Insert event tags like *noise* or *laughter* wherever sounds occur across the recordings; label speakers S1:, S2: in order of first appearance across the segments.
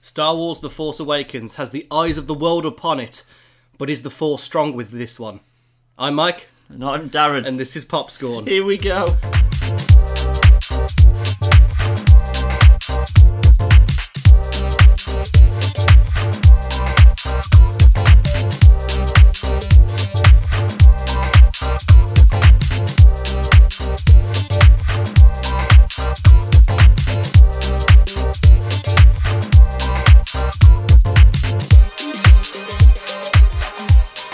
S1: Star Wars The Force Awakens has the eyes of the world upon it, but is the Force strong with this one? I'm Mike,
S2: And I'm Darren.
S1: and this is Popscorn.
S2: here we go.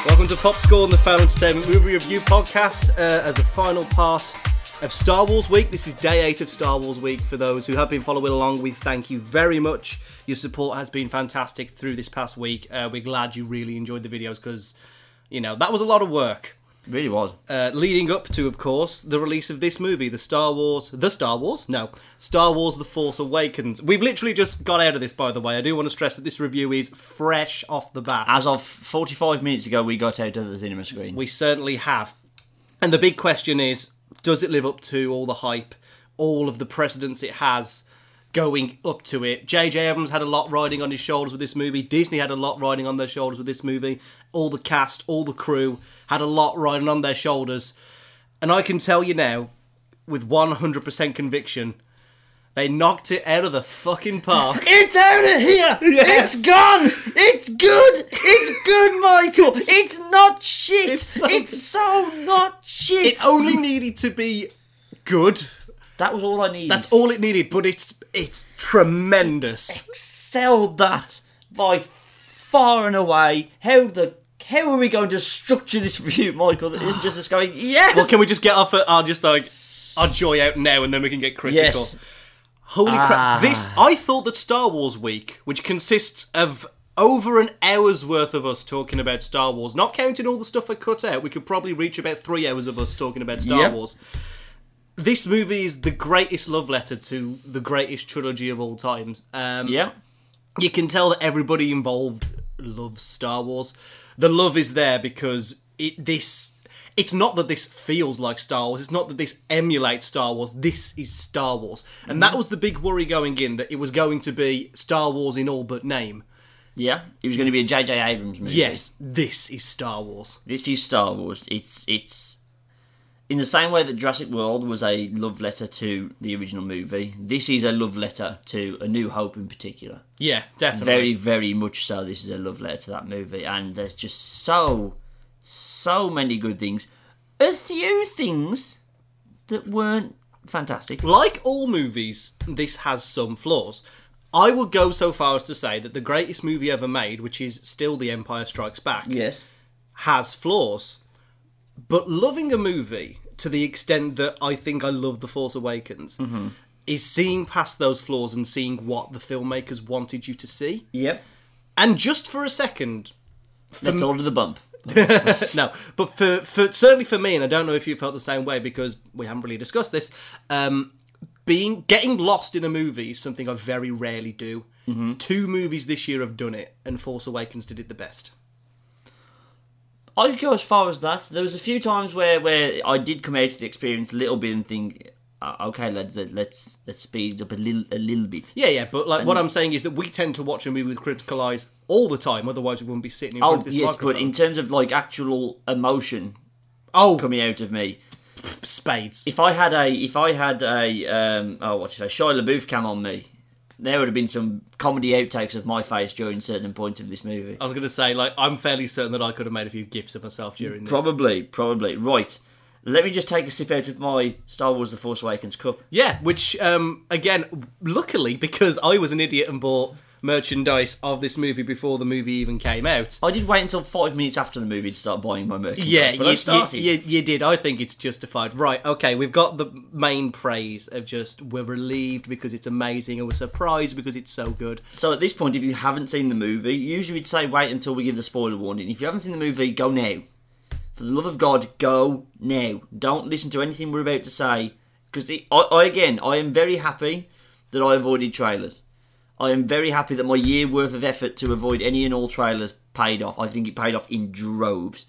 S1: Welcome to Popscorn, the Fan Entertainment Movie Review Podcast, uh, as the final part of Star Wars Week. This is day eight of Star Wars Week. For those who have been following along, we thank you very much. Your support has been fantastic through this past week. Uh, we're glad you really enjoyed the videos because, you know, that was a lot of work.
S2: Really was.
S1: uh, leading up to, of course, the release of this movie, the Star Wars, the Star Wars, no, Star Wars: The Force Awakens. We've literally just got out of this, by the way. I do want to stress that this review is fresh off the bat.
S2: As of 45 minutes ago, we got out of the cinema screen.
S1: we certainly have, and the big question is: Does it live up to all the hype, all of the precedence it has? Going up to it, J.J. Abrams had a lot riding on his shoulders with this movie. Disney had a lot riding on their shoulders with this movie. All the cast, all the crew had a lot riding on their shoulders. And I can tell you now, with 100% conviction, they knocked it out of the fucking
S2: *laughs*
S1: park.
S2: It's out of here!
S1: Yes.
S2: It's gone! It's good! It's *laughs* good, Michael! It's, not shit!
S1: it's
S2: It's
S1: so-
S2: so, not shit!
S1: it only needed to be good.
S2: that was all I needed.
S1: That's all it needed, but it's it's tremendous.
S2: excelled that by far and away. How the how are we going to structure this review, Michael? That isn't just us *sighs* going, yes!
S1: Well, can we just get off our just like our joy out now, and then we can get critical.
S2: yes.
S1: Holy
S2: Ah.
S1: crap! This I thought that Star Wars Week, which consists of over an hour's worth of us talking about Star Wars, not counting all the stuff I cut out, we could probably reach about three hours of us talking about Star
S2: Yep.
S1: Wars. This movie is the greatest love letter to the greatest trilogy of all times. Um,
S2: Yeah.
S1: you can tell that everybody involved loves Star Wars. The love is there because it this it's not that this feels like Star Wars. It's not that this emulates Star Wars. This is Star Wars, and that was the big worry going in that it was going to be Star Wars in all but name.
S2: Yeah. It was going to be a J.J. Abrams movie.
S1: Yes, this is Star Wars.
S2: This is Star Wars. It's it's in the same way that Jurassic World was a love letter to the original movie. This is a love letter to A New Hope in particular.
S1: Yeah, definitely.
S2: Very very much so. This is a love letter to that movie, and there's just so so many good things. A few things that weren't fantastic.
S1: like all movies, this has some flaws. I would go so far as to say that the greatest movie ever made, which is still The Empire Strikes Back,
S2: Yes.
S1: has flaws. But loving a movie to the extent that I think I love The Force Awakens is seeing past those flaws and seeing what the filmmakers wanted you to see.
S2: Yep.
S1: And just for a second,
S2: Let's order the *laughs* bump.
S1: no, but for, for certainly for me, and I don't know if you felt the same way because we haven't really discussed this. Um, being getting lost in a movie is something I very rarely do. Two movies this year have done it, and Force Awakens did it the best.
S2: I could go as far as that. There was a few times where, where I did come out of the experience a little bit and think, "Uh, okay, lads, let- let's let's speed up a little a little bit.
S1: Yeah, yeah, but like what I'm saying is that we tend to watch a movie with critical eyes all the time. Otherwise, we wouldn't be sitting in front
S2: oh
S1: of this
S2: yes,
S1: microphone.
S2: but in terms of like actual emotion
S1: oh,
S2: coming out of me,
S1: spades.
S2: if I had a if I had a um, oh what's it, a Shia LaBeouf cam on me, there would have been some comedy outtakes of my face during certain points of this movie.
S1: I was gonna say, like, I'm fairly certain that I could have made a few gifs of myself during this.
S2: Probably, probably right. Let me just take a sip out of my Star Wars: The Force Awakens cup.
S1: Yeah, which um, again, luckily because I was an idiot and bought merchandise of this movie before the movie even came out.
S2: I did wait until five minutes after the movie to start buying my merchandise.
S1: Yeah,
S2: but
S1: you,
S2: I've started.
S1: You, you, you did. I think it's justified. Right, okay, we've got the main praise of just we're relieved because it's amazing and we're surprised because it's so good.
S2: So at this point, if you haven't seen the movie, usually we'd say wait until we give the spoiler warning. If you haven't seen the movie, go now. For the love of God, go now. Don't listen to anything we're about to say. Because I, I, again, I am very happy that I avoided trailers. I am very happy that my year worth of effort to avoid any and all trailers paid off. I think it paid off in droves.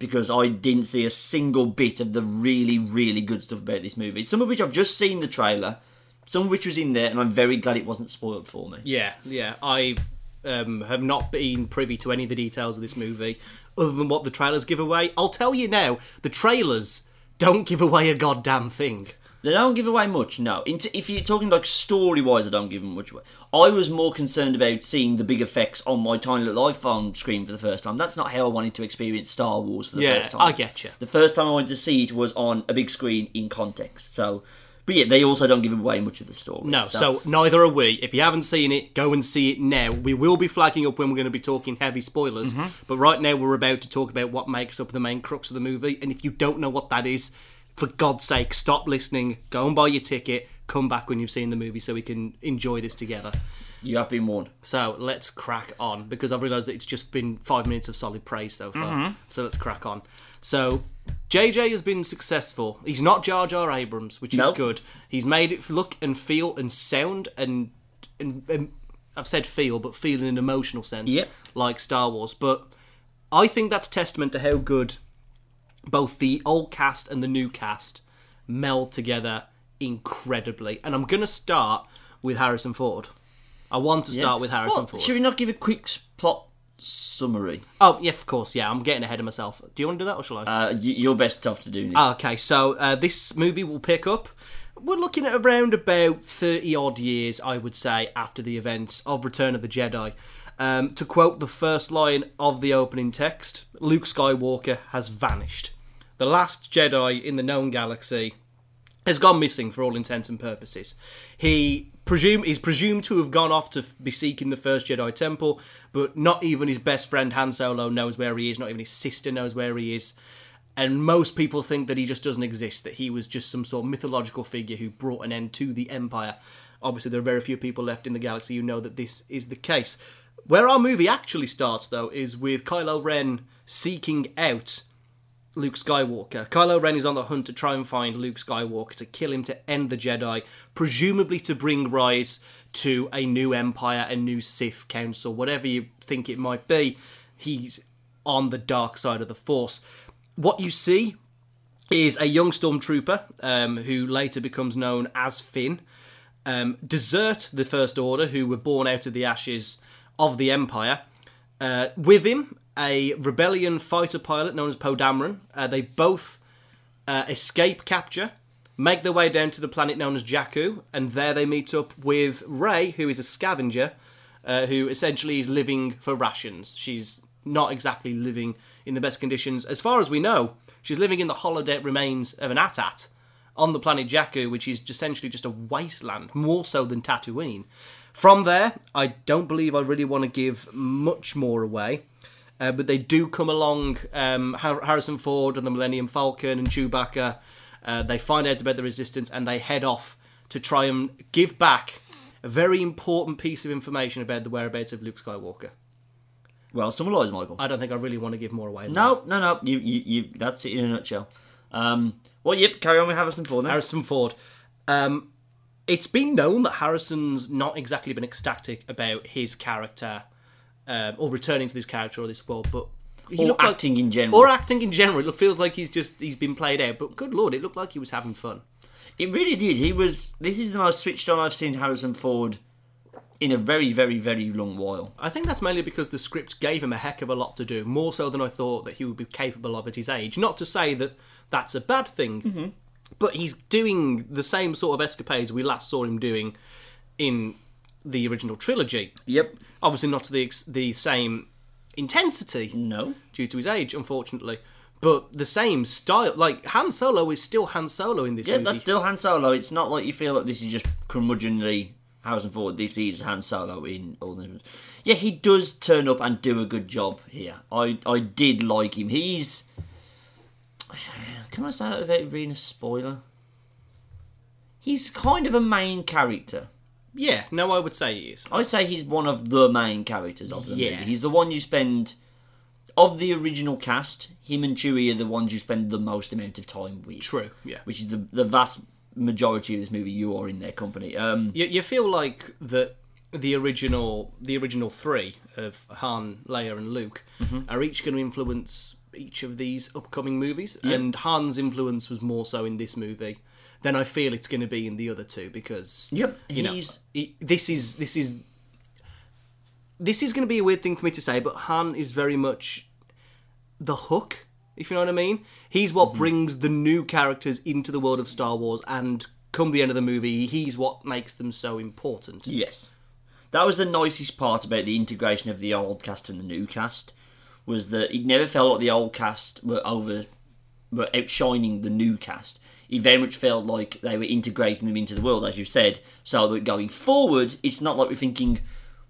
S2: Because I didn't see a single bit of the really, really good stuff about this movie. Some of which I've just seen the trailer some of which was in there, and I'm very glad it wasn't spoiled for me.
S1: Yeah, yeah. I um, have not been privy to any of the details of this movie other than what the trailers give away. I'll tell you now, the trailers don't give away a goddamn thing.
S2: They don't give away much, no. In t- if you're talking like story wise, I don't give them much away. I was more concerned about seeing the big effects on my tiny little iPhone screen for the first time. That's not how I wanted to experience Star Wars for the
S1: Yeah,
S2: first time.
S1: I get you.
S2: The first time I wanted to see it was on a big screen in context. So, but yeah, they also don't give away much of the story.
S1: No, so neither are we. If you haven't seen it, go and see it now. We will be flagging up when we're going to be talking heavy spoilers, but right now we're about to talk about what makes up the main crux of the movie. And if you don't know what that is, for God's sake, stop listening, go and buy your ticket, come back when you've seen the movie so we can enjoy this together.
S2: you have been warned.
S1: So let's crack on because I've realised that it's just been five minutes of solid praise so far.
S2: Mm-hmm.
S1: So let's crack on. So JJ has been successful. He's not Jar Jar Abrams, which
S2: No.
S1: is good. He's made it look and feel and sound and and, and I've said feel, but feel in an emotional sense,
S2: Yep.
S1: like Star Wars. But I think that's testament to how good both the old cast and the new cast meld together incredibly. And I'm gonna start with Harrison Ford. I want to start with Harrison
S2: Well,
S1: Ford.
S2: Should we not give a quick s- plot summary?
S1: Oh, yeah, of course. Yeah, I'm getting ahead of myself. Do you want to do that or shall I?
S2: Uh, y- you're best off to do this.
S1: okay, so uh, this movie will pick up. We're looking at around about 30 odd years, I would say, after the events of Return of the Jedi. Um, to quote the first line of the opening text Luke Skywalker has vanished. The last Jedi in the known galaxy has gone missing for all intents and purposes. He presume is presumed to have gone off to f- be seeking the first Jedi temple, but not even his best friend Han Solo knows where he is. Not even his sister knows where he is. And most people think that he just doesn't exist. That he was just some sort of mythological figure who brought an end to the Empire. Obviously, there are very few people left in the galaxy who know that this is the case. Where our movie actually starts, though, is with Kylo Ren seeking out Luke Skywalker. Kylo Ren is on the hunt to try and find Luke Skywalker to kill him to end the Jedi, presumably to bring rise to a new empire, a new Sith council, whatever you think it might be. He's on the dark side of the Force. What you see is a young stormtrooper um, who later becomes known as Finn um, desert the First Order, who were born out of the ashes of the Empire. Uh, with him, a rebellion fighter pilot known as Poe Dameron. Uh, they both uh, escape capture, make their way down to the planet known as Jakku, and there they meet up with Rey, who is a scavenger, uh, who essentially is living for rations. She's not exactly living in the best conditions. As far as we know, she's living in the holodeck remains of an AT-AT on the planet Jakku, which is essentially just a wasteland, more so than Tatooine. From there, I don't believe I really want to give much more away uh, but they do come along. Um, Har- Harrison Ford and the Millennium Falcon and Chewbacca. Uh, they find out about the resistance and they head off to try and give back a very important piece of information about the whereabouts of Luke Skywalker.
S2: well, someone lies, Michael.
S1: I don't think I really want to give more away. than that.
S2: No, no, no. You, you, you. That's it in a nutshell. Um. Well, yep. Carry on with Harrison Ford. Then.
S1: Harrison Ford. Um, it's been known that Harrison's not exactly been ecstatic about his character um, or returning to this character or this world, but he
S2: or
S1: looked like-
S2: acting in general.
S1: or acting in general. It look- feels like he's just he's been played out. But good lord, it looked like he was having fun.
S2: it really did. He was. This is the most switched on I've seen Harrison Ford in a very, very, very long while.
S1: I think that's mainly because the script gave him a heck of a lot to do, more so than I thought that he would be capable of at his age. Not to say that that's a bad thing,
S2: Mm-hmm.
S1: but he's doing the same sort of escapades we last saw him doing in the original trilogy.
S2: Yep.
S1: Obviously, not to the ex- the same intensity
S2: No.
S1: due to his age, unfortunately, but the same style. Like Han Solo is still Han Solo in this
S2: Yeah,
S1: movie.
S2: that's still Han Solo. It's not like you feel like this is just curmudgeonly Harrison Ford. This is Han Solo in all the. Yeah, he does turn up and do a good job here. I I did like him. He's. Can I say that without it being a spoiler? He's kind of a main character.
S1: yeah, no, I would say he is.
S2: I'd say he's one of the main characters of the
S1: Yeah.
S2: movie. He's the one you spend of the original cast. Him and Chewie are the ones you spend the most amount of time with.
S1: True, yeah.
S2: Which is the the vast majority of this movie. You are in their company. Um,
S1: You, you feel like that the original the original three of Han, Leia, and Luke
S2: Mm-hmm.
S1: are each going to influence each of these upcoming movies, and Han's influence was more so in this movie then I feel it's going to be in the other two because
S2: Yep,
S1: you know
S2: he's-
S1: he- this is this is this is going to be a weird thing for me to say, but Han is very much the hook, if you know what I mean. He's what brings the new characters into the world of Star Wars, and come the end of the movie, he's what makes them so important.
S2: Yes. That was the nicest part about the integration of the old cast and the new cast was that it never felt like the old cast were over were outshining the new cast. It very much felt like they were integrating them into the world, as you said, so that going forward it's not like we're thinking,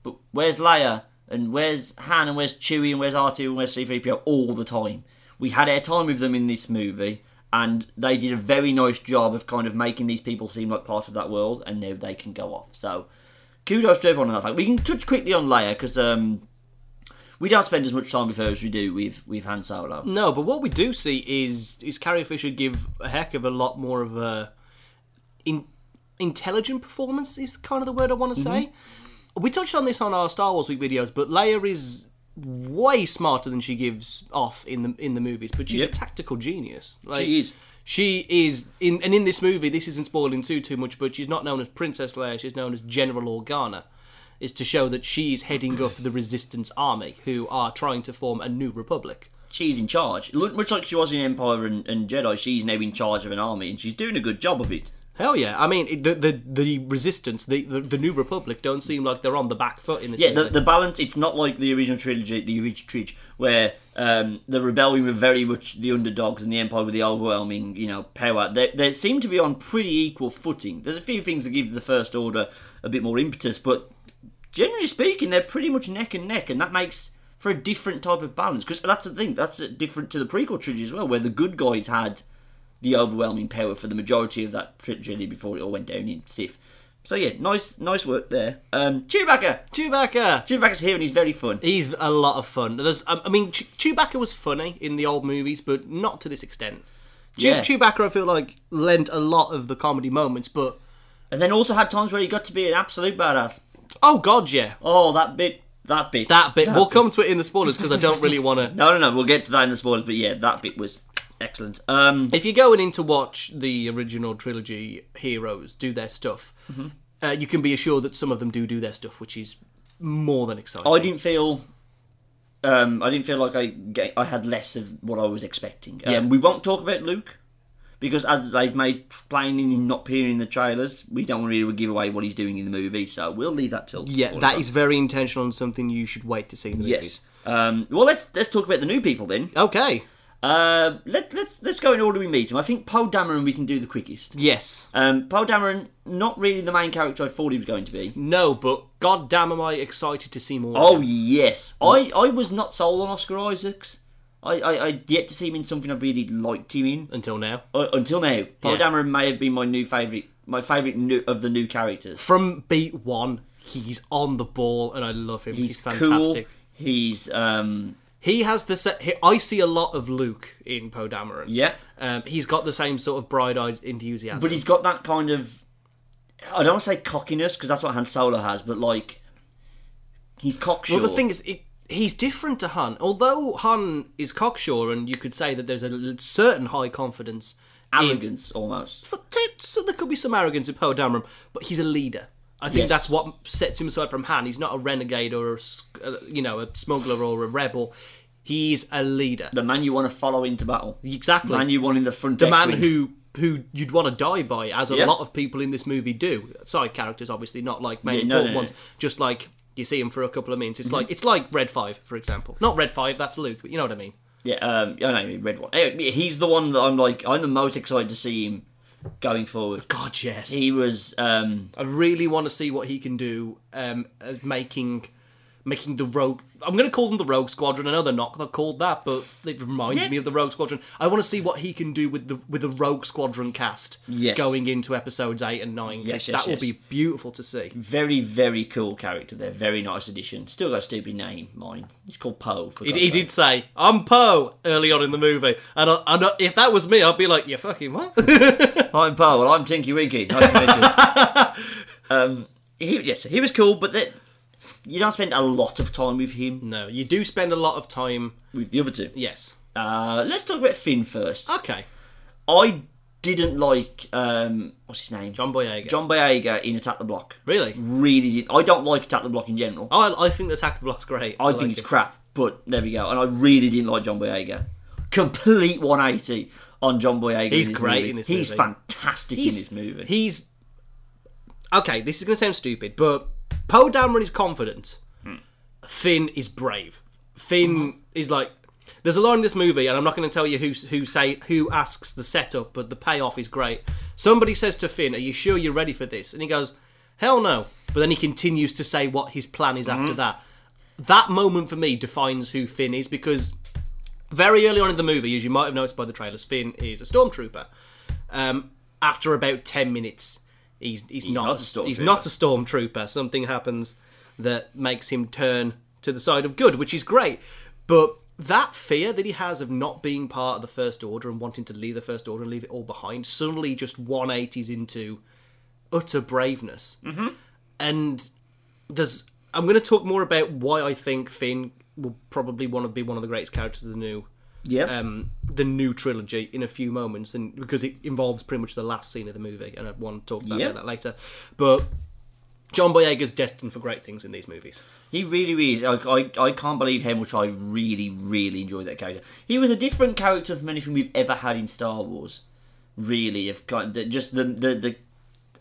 S2: but where's Leia and where's Han and where's Chewie and where's R2 and where's C3PO all the time. We had our time with them in this movie and they did a very nice job of kind of making these people seem like part of that world and now they can go off. So kudos to everyone on that fact. We can touch quickly on Leia because um, we don't spend as much time with her as we do with with Han Solo.
S1: No, but what we do see is is Carrie Fisher give a heck of a lot more of a in, intelligent performance is kind of the word I want to
S2: Mm-hmm.
S1: say. We touched on this on our Star Wars week videos, but Leia is way smarter than she gives off in the in the movies. But she's
S2: Yep.
S1: a tactical genius. Like
S2: is.
S1: She is in and in this movie. This isn't spoiling too too much, but she's not known as Princess Leia. She's known as General Organa. Is to show that she's heading up the Resistance Army, who are trying to form a new republic.
S2: She's in charge. Look, Much like she was in Empire and, and Jedi, she's now in charge of an army and she's doing a good job of it.
S1: Hell yeah! I mean, it- the the the resistance, the, the the new republic, don't seem like they're on the back foot in this.
S2: Yeah, the,
S1: movie.
S2: the balance, it's not like the original trilogy, the original trilogy, where um, the rebellion were very much the underdogs and the Empire were the overwhelming, you know, power. They, they seem to be on pretty equal footing. There's a few things that give the First Order a bit more impetus, but generally speaking, they're pretty much neck and neck, and that makes for a different type of balance. Because that's the thing, that's different to the prequel trilogy as well, where the good guys had the overwhelming power for the majority of that trilogy before it all went down in Sith. So yeah, nice, nice work there. Um, Chewbacca,
S1: Chewbacca.
S2: Chewbacca's here and he's very fun.
S1: He's a lot of fun. There's, um, I I mean, Che- Chewbacca was funny in the old movies, but not to this extent. Che-
S2: Yeah.
S1: Chewbacca, I feel like, lent a lot of the comedy moments, but
S2: And then also had times where he got to be an absolute badass.
S1: oh god, yeah,
S2: Oh, that bit, that bit.
S1: that bit. We'll come to it in the spoilers because I don't really want to.
S2: No, no, no, we'll get to that in the spoilers, but yeah, that bit was excellent. Um,
S1: If you're going in to watch the original trilogy heroes do their stuff,
S2: Mm-hmm.
S1: uh, you can be assured that some of them do do their stuff, which is more than exciting.
S2: I didn't feel. Um, I didn't feel like I ga I had less of what I was expecting. Um, We won't talk about Luke because as they've made plain in not appearing in the trailers, we don't really give away what he's doing in the movie, so we'll leave that till
S1: Yeah, that is very intentional and something you should wait to see in the
S2: yes.
S1: movies.
S2: Um, well, let's let's talk about the new people then.
S1: Okay.
S2: Uh, let let's let's go in order we meet him. I think Poe Dameron we can do the quickest.
S1: Yes.
S2: Um, Poe Dameron, not really the main character I thought he was going to be.
S1: No, but goddamn am I excited to see more.
S2: Oh yes, I, I was not sold on Oscar Isaacs. I, I I yet to see him in something I really liked him in
S1: Until now.
S2: uh, until now. Poe
S1: Yeah.
S2: Dameron may have been my new favorite, my favorite new, of the new characters.
S1: From beat one, he's on the ball and I love him. He's, fantastic.
S2: cool. He's um
S1: He has the set. He, I see a lot of Luke in Poe Dameron.
S2: yeah,
S1: Um, he's got the same sort of bright eyed enthusiasm.
S2: but he's got that kind of I don't want to say cockiness because that's what Han Solo has, but like he's cocksure.
S1: Well, the thing is, it, he's different to Han. Although Han is cocksure and you could say that there's a l- certain high confidence in
S2: arrogance almost.
S1: But t- so there could be some arrogance in Poe Dameron, but he's a leader. I think
S2: Yes.
S1: that's what sets him aside from Han. He's not a renegade or a, s- uh, you know a smuggler or a rebel. He's a leader.
S2: The man you want to follow into battle.
S1: exactly.
S2: The man you want in the front.
S1: the man
S2: X-wing.
S1: who who you'd want to die by, as a
S2: Yeah.
S1: lot of people in this movie do. Side characters, obviously, not like main
S2: Yeah, no,
S1: important
S2: no, Mm-hmm. no.
S1: ones. Just like you see him for a couple of minutes. It's like it's like Red Five, for example. Not Red Five, that's Luke, but you know what I mean.
S2: Yeah, um, I know red one. Anyway, he's the one that I'm like. I'm the most excited to see him going forward.
S1: God, yes.
S2: He was. Um,
S1: I really want to see what he can do um, as making making the rogue. I'm going to call them the Rogue Squadron. I know they're not they're called that, but it reminds
S2: Yeah.
S1: me of the Rogue Squadron. I want to see what he can do with the with the Rogue Squadron cast
S2: Yes.
S1: going into episodes eight and nine.
S2: Yes, yes,
S1: that will
S2: yes.
S1: be beautiful to see.
S2: very, very cool character there. Very nice addition. Still got a stupid name, mine. He's called Poe. for
S1: He,
S2: God's
S1: he
S2: sake.
S1: did say, "I'm Poe" early on in the movie, and I, and I, if that was me, I'd be like, "You fucking what?"
S2: *laughs* I'm Poe. Well, I'm Tinky Winky. Nice to meet you. um, *laughs* he, yes, he was cool, but that you don't spend a lot of time with him.
S1: no, you do spend a lot of time.
S2: With the other two.
S1: Yes.
S2: Uh, let's talk about Finn first.
S1: Okay.
S2: I didn't like um, what's his name,
S1: John Boyega.
S2: John Boyega in Attack the Block.
S1: Really?
S2: Really did. I don't like Attack the Block in general.
S1: Oh, I, I think the Attack of the Block's great.
S2: I, think it's crap, but there we go. And I really didn't like John Boyega. Complete 180 on John Boyega.
S1: He's
S2: in this
S1: great
S2: movie.
S1: in this
S2: He's
S1: movie.
S2: fantastic in this movie.
S1: He's okay. This is going to sound stupid, but Poe Dameron is confident.
S2: Hmm.
S1: Finn is brave. Finn
S2: Uh-huh.
S1: is like. There's a line in this movie, and I'm not going to tell you who who say who asks the setup, but the payoff is great. Somebody says to Finn, "Are you sure you're ready for this?" And he goes, "Hell no!" But then he continues to say what his plan is
S2: Mm-hmm.
S1: after that. That moment for me defines who Finn is because very early on in the movie, as you might have noticed by the trailers, Finn is a stormtrooper. Um, after about ten minutes, he's he's, not,
S2: not a stormtrooper.
S1: he's not a stormtrooper. Something happens that makes him turn to the side of good, which is great. But that fear that he has of not being part of the First Order and wanting to leave the First Order and leave it all behind suddenly just 180s into utter braveness. Mm-hmm. And there's I'm going to talk more about why I think Finn will probably want to be one of the greatest characters of the new
S2: Yep.
S1: um, the new trilogy in a few moments, and because it involves pretty much the last scene of the movie, and I want to talk about,
S2: Yep.
S1: about that later. But John Boyega's destined for great things in these movies.
S2: He really, really. I, I, I can't believe how much I really, really enjoyed that character. He was a different character from anything we've ever had in Star Wars. Really, if kind the- just the the the.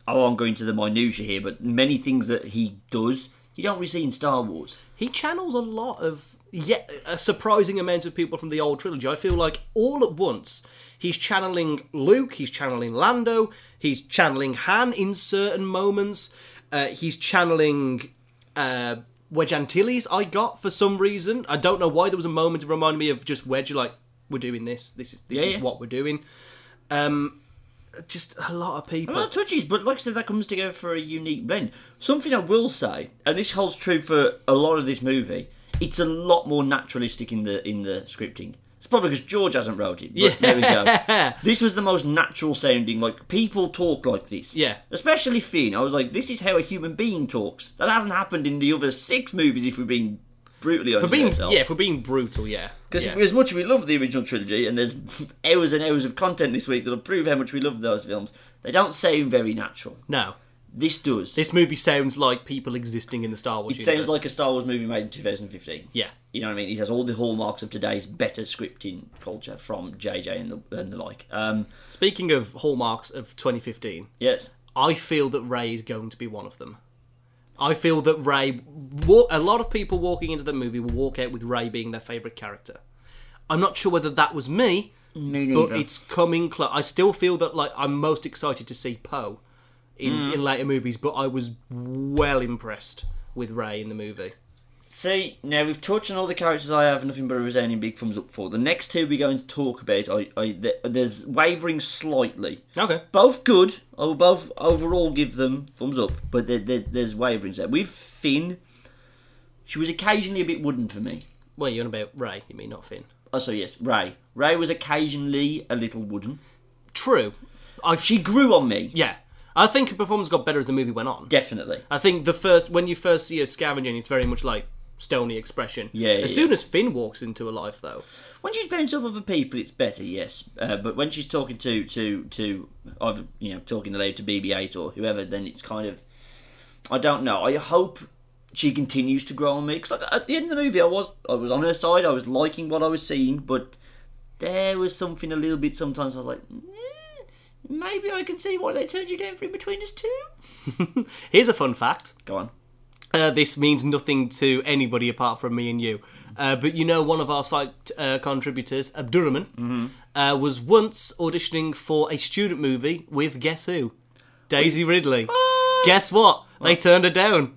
S2: Oh, I'm going to the minutia here, but many things that he does, you don't really see in Star Wars.
S1: He channels a lot of yet a surprising amount of people from the old trilogy. I feel like all at once he's channeling Luke, he's channeling Lando, he's channeling Han in certain moments. Uh, he's channeling uh, Wedge Antilles. I got for some reason. I don't know why. There was a moment to remind me of just Wedge. Like we're doing this. This is this
S2: Yeah,
S1: is
S2: yeah.
S1: what we're doing. Um, just a lot of people.
S2: A lot of touches, but like I said, that comes together for a unique blend. Something I will say, and this holds true for a lot of this movie, it's a lot more naturalistic in the in the scripting. It's probably because George hasn't wrote it. But There we
S1: *laughs*
S2: go. This was the most natural sounding. Like people talk like this.
S1: Yeah.
S2: Especially Finn. I was like, this is how a human being talks. That hasn't happened in the other six movies. If we're being brutally honest
S1: for being
S2: with ourselves.
S1: yeah, for being brutal. Yeah,
S2: Because
S1: yeah.
S2: as much as we love the original trilogy, and there's *laughs* hours and hours of content this week that'll prove how much we love those films, they don't sound very natural.
S1: no.
S2: This does.
S1: This movie sounds like people existing in the Star Wars
S2: it
S1: universe.
S2: sounds like a Star Wars movie made in 2015.
S1: Yeah.
S2: You know what I mean? It has all the hallmarks of today's better scripting culture from JJ and the, and the like. Um,
S1: Speaking of hallmarks of 2015,
S2: yes.
S1: I feel that Ray is going to be one of them. I feel that Ray, wa- a lot of people walking into the movie will walk out with Ray being their favourite character. I'm not sure whether that was me,
S2: Me
S1: but it's coming close. I still feel that like I'm most excited to see Poe in, in later movies, but I was well impressed with Ray in the movie.
S2: See, now we've touched on all the characters I have nothing but a resounding big thumbs up for. The next two we're going to talk about, I, I, th- there's wavering slightly.
S1: Okay.
S2: Both good. I will both overall give them thumbs up, but there, there, there's waverings there. With Finn, she was occasionally a bit wooden for me.
S1: Well, you're on about Ray, you mean not Finn?
S2: Oh, so yes, Ray. Ray was occasionally a little wooden.
S1: True. I
S2: She grew on me,
S1: yeah. I think her performance got better as the movie went on.
S2: definitely.
S1: I think the first when you first see her scavenging, it's very much like stony expression.
S2: Yeah, yeah,
S1: as
S2: yeah.
S1: soon as Finn walks into a life, though, *laughs*
S2: When she's bouncing off other people, it's better, yes. Uh, but when she's talking to to to either, you know talking aloud to BB-8 or whoever, then it's kind of I don't know. I hope she continues to grow on me because at the end of the movie, I was I was on her side. I was liking what I was seeing, but there was something a little bit. Sometimes I was like. "Eh, Maybe I can see why they turned you down for in between us two.
S1: here's a fun fact.
S2: Go on.
S1: Uh, this means nothing to anybody apart from me and you. Uh, but you know, one of our site uh, contributors, Abdurrahman, uh, was once auditioning for a student movie with guess who? Daisy Ridley. Guess what? They turned her down.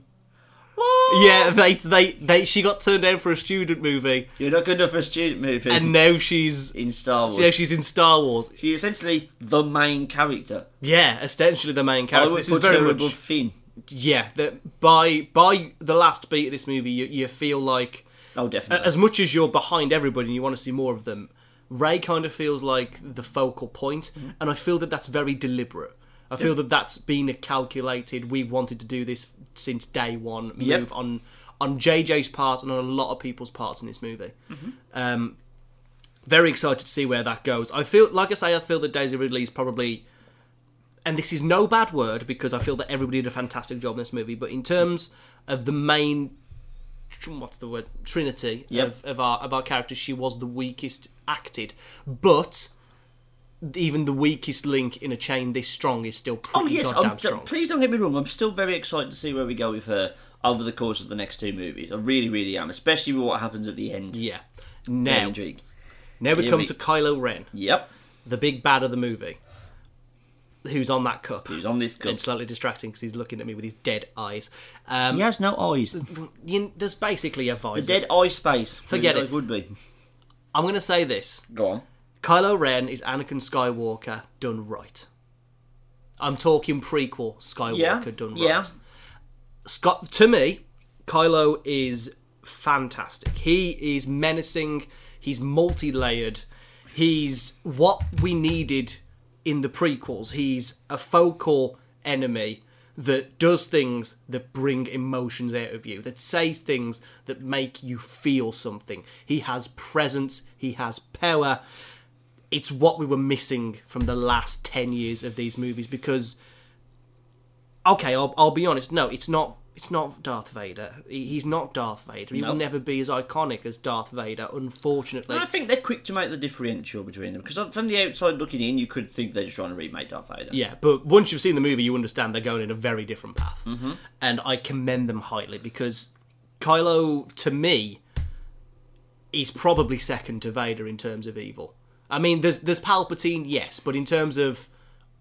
S2: What?
S1: Yeah, they, they, they, she got turned down for a student movie,
S2: You're not good enough for a student movie
S1: and now she's,
S2: in Star Wars.
S1: now she's in Star Wars.
S2: She's essentially the main character. Oh,
S1: Yeah, essentially the main
S2: I
S1: character.
S2: would
S1: This is
S2: put
S1: very
S2: her
S1: much
S2: above Finn.
S1: yeah. That by by the last beat of this movie, you, you feel like
S2: Oh, definitely.
S1: as much as you're behind everybody and you want to see more of them, Ray kind of feels like the focal point,
S2: Mm-hmm.
S1: and I feel that that's very deliberate. I feel that that's been a calculated. We wanted to do this since day one. Move
S2: Yep. Mm-hmm.
S1: on on JJ's part and on a lot of people's parts in this movie. Um, Very excited to see where that goes. I feel, like I say, I feel that Daisy Ridley's probably, and this is no bad word because I feel that everybody did a fantastic job in this movie. But in terms of the main, tr- what's the word, trinity
S2: Yep.
S1: of, of our of our characters, she was the weakest acted, but even the weakest link in a chain this strong is still pretty
S2: Oh yes,
S1: goddamn
S2: I'm,
S1: strong.
S2: please don't get me wrong. I'm still very excited to see where we go with her over the course of the next two movies. I really, really am, especially with what happens at the end.
S1: yeah. Now,
S2: Intrigue.
S1: now we
S2: here
S1: come
S2: we-
S1: to Kylo Ren,
S2: Yep,
S1: the big bad of the movie, who's on that cup.
S2: he's on this gun.
S1: and slightly distracting because he's looking at me with his dead eyes. Um,
S2: He has no eyes.
S1: you, there's basically a visor.
S2: Dead eye space. where
S1: Forget
S2: his
S1: it.
S2: eyes Would be.
S1: I'm going to say this:
S2: Go on.
S1: Kylo Ren is Anakin Skywalker done right. I'm talking prequel Skywalker
S2: Yeah.
S1: done right.
S2: yeah.
S1: Scott, to me, Kylo is fantastic. He is menacing. He's multi-layered. He's what we needed in the prequels. He's a focal enemy that does things that bring emotions out of you, that say things that make you feel something. He has presence. He has power it's what we were missing from the last 10 years of these movies because okay I'll, I'll be honest no it's not it's not Darth Vader He- he's not Darth Vader he will
S2: No.
S1: never be as iconic as Darth Vader unfortunately
S2: And I think they're quick to make the differential between them because from the outside looking in, you could think they're just trying to remake Darth Vader.
S1: yeah but once you've seen the movie you understand they're going in a very different path and I commend them highly because Kylo to me is probably second to Vader in terms of evil I mean there's there's Palpatine yes but in terms of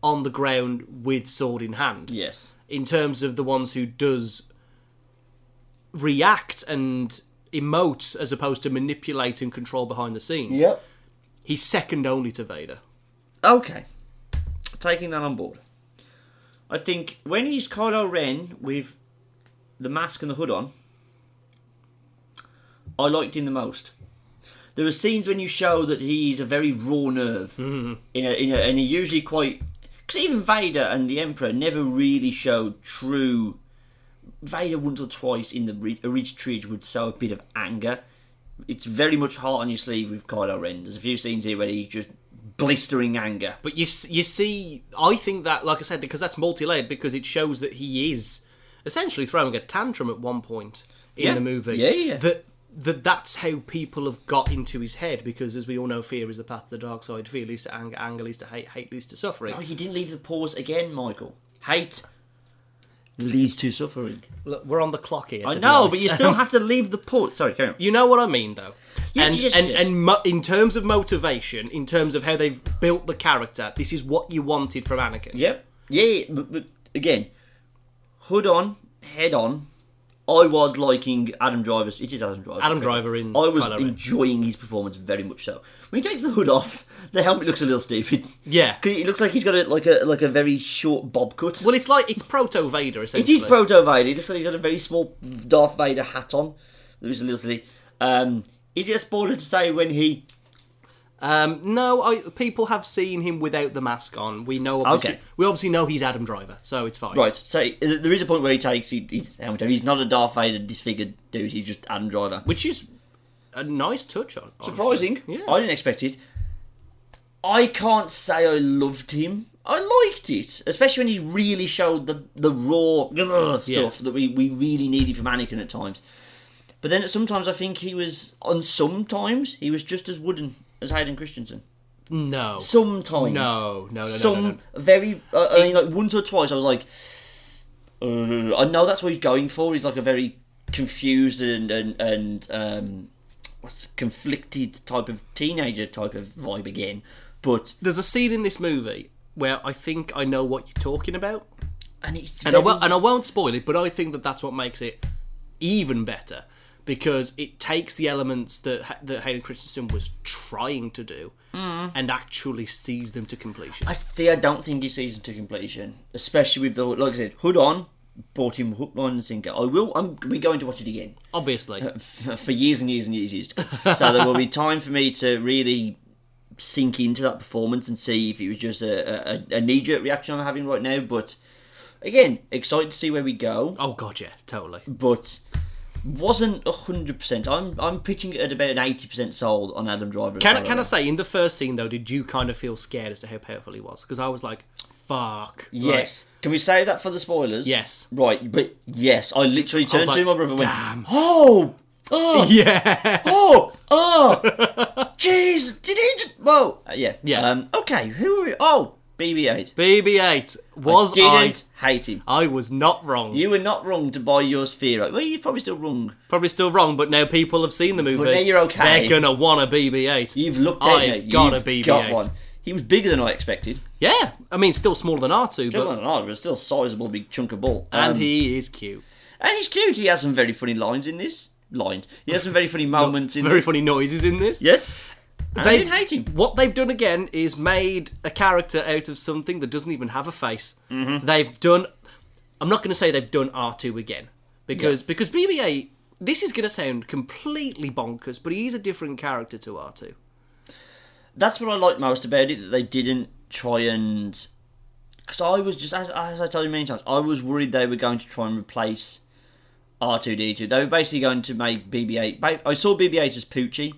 S1: on the ground with sword in hand
S2: Yes.
S1: in terms of the ones who does react and emote as opposed to manipulate and control behind the scenes. He's second only to Vader.
S2: Okay. Taking that on board. I think when he's Kylo Ren with the mask and the hood on, I liked him the most. There are scenes when you show that he's a very raw nerve, in a, in a, and he usually quite. Because even Vader and the Emperor never really showed true. Vader once or twice in the re- original trilogy would show a bit of anger. It's very much heart on your sleeve with Kylo Ren. There's a few scenes here where he's just blistering anger.
S1: But you s- you see, I think that, like I said, because that's multi layered, because it shows that he is essentially throwing a tantrum at one point in
S2: Yeah.
S1: the movie.
S2: Yeah, yeah.
S1: That that that's how people have got into his head because, as we all know, fear is the path to the dark side. Fear leads to anger, anger leads to hate, hate leads to suffering.
S2: Oh, you didn't leave the pause again, Michael. Hate leads to suffering.
S1: Look, we're on the clock here.
S2: I
S1: to be *laughs*
S2: know, but
S1: honest.
S2: you still *laughs* have to leave the pause. Sorry, carry on.
S1: You know what I mean, though.
S2: Yes,
S1: and
S2: yes,
S1: and,
S2: yes.
S1: and mo- in terms of motivation, in terms of how they've built the character, this is what you wanted from Anakin.
S2: Yep. Yeah, yeah, but, but again, hood on, head on. I was liking Adam Driver's. It is Adam Driver.
S1: Adam Driver in
S2: I was
S1: Kylo Ren.
S2: enjoying his performance very much. So when he takes the hood off, the helmet looks a little stupid.
S1: Yeah.
S2: *laughs* 'Cause it looks like he's got a like a like a very short bob cut.
S1: Well, it's like it's proto Vader
S2: It
S1: essentially.
S2: is Proto Vader. It looks like he's got a very small Darth Vader hat on. It was a little silly. Um, is it a spoiler to say when he?
S1: um, no, I, people have seen him without the mask on. We know. Obviously,
S2: Okay.
S1: We obviously know he's Adam Driver, so it's fine.
S2: Right. So uh, there is a point where he takes he- his helmet off. He's not a Darth Vader disfigured dude. He's just Adam Driver.
S1: Which is a nice touch on. honestly.
S2: Surprising.
S1: Yeah.
S2: I didn't expect it. I can't say I loved him. I liked it, especially when he really showed the the raw grrr stuff
S1: Yeah.
S2: that we, we really needed from Anakin at times. But then sometimes I think he was on sometimes he was just as wooden as Hayden Christensen.
S1: no.
S2: Sometimes.
S1: No, no, no, no,
S2: Some
S1: no, no.
S2: very. Uh, I mean, like once or twice, I was like, uh, I know that's what he's going for. He's like a very confused and and and um, what's conflicted type of teenager type of vibe again. But
S1: There's a scene in this movie where I think I know what you're talking about.
S2: and it's
S1: and I,
S2: very,
S1: won't, and I won't spoil it, but I think that that's what makes it even better because it takes the elements that Ha- that Hayden Christensen was trying to do and actually sees them to completion.
S2: Mm. I see. I don't think he's season to completion, especially with the like I said, hood on. Bought him hook, line, and sinker. I will. I'm. We're going to watch it again.
S1: Obviously,
S2: Uh, for years and years and years, and years. *laughs* to come. so there will be time for me to really sink into that performance and see if it was just a, a, a knee-jerk reaction I'm having right now. But again, excited to see where we go.
S1: oh god, yeah, totally.
S2: But wasn't hundred percent. I'm I'm pitching it at about an eighty percent sold on Adam Driver. as
S1: Can, I-
S2: Kylo
S1: can I
S2: Ren.
S1: say, in the first scene, though, did you kind of feel scared as to how powerful he was? Because I was like, fuck.
S2: Yes. Can we save that for the spoilers?
S1: Yes.
S2: Right, but yes, I literally turned
S1: like,
S2: to my brother and went,
S1: "Damn."
S2: "Oh, oh,
S1: Like, *laughs* yeah. *laughs*
S2: oh, oh, jeez, did he just? Whoa, Uh, yeah,
S1: Yeah.
S2: Um, okay, who? Are we? Oh, BB-8.
S1: BB-8 was I.
S2: Didn't hate him.
S1: I was not wrong.
S2: You were not wrong to buy your sphere. Well, you're probably still wrong.
S1: Probably still wrong, but now people have seen the movie.
S2: now you're okay.
S1: They're gonna want a BB-8.
S2: You've looked at
S1: I've
S2: it. now.
S1: got
S2: You've
S1: a BB-8.
S2: Got one. He was bigger than I expected.
S1: Yeah, I mean, still smaller than R2,
S2: Still
S1: but
S2: not an odd, but still a sizable big chunk of ball.
S1: and
S2: Um,
S1: he is cute.
S2: and he's cute. He has some very funny lines in this. Lines. He has some very funny moments in
S1: Very
S2: this.
S1: funny noises in this.
S2: Yes. And I
S1: They've-
S2: didn't hate him.
S1: What they've done again is made a character out of something that doesn't even have a face.
S2: Mm-hmm.
S1: They've done. I'm not going to say they've done R2 again because because BB-8. This is going to sound completely bonkers, but he's a different character to R2.
S2: that's what I liked most about it that they didn't try and because I was just as, as I told you many times I was worried they were going to try and replace R two D two. They were basically going to make BB eight. I saw BB eight as Poochie.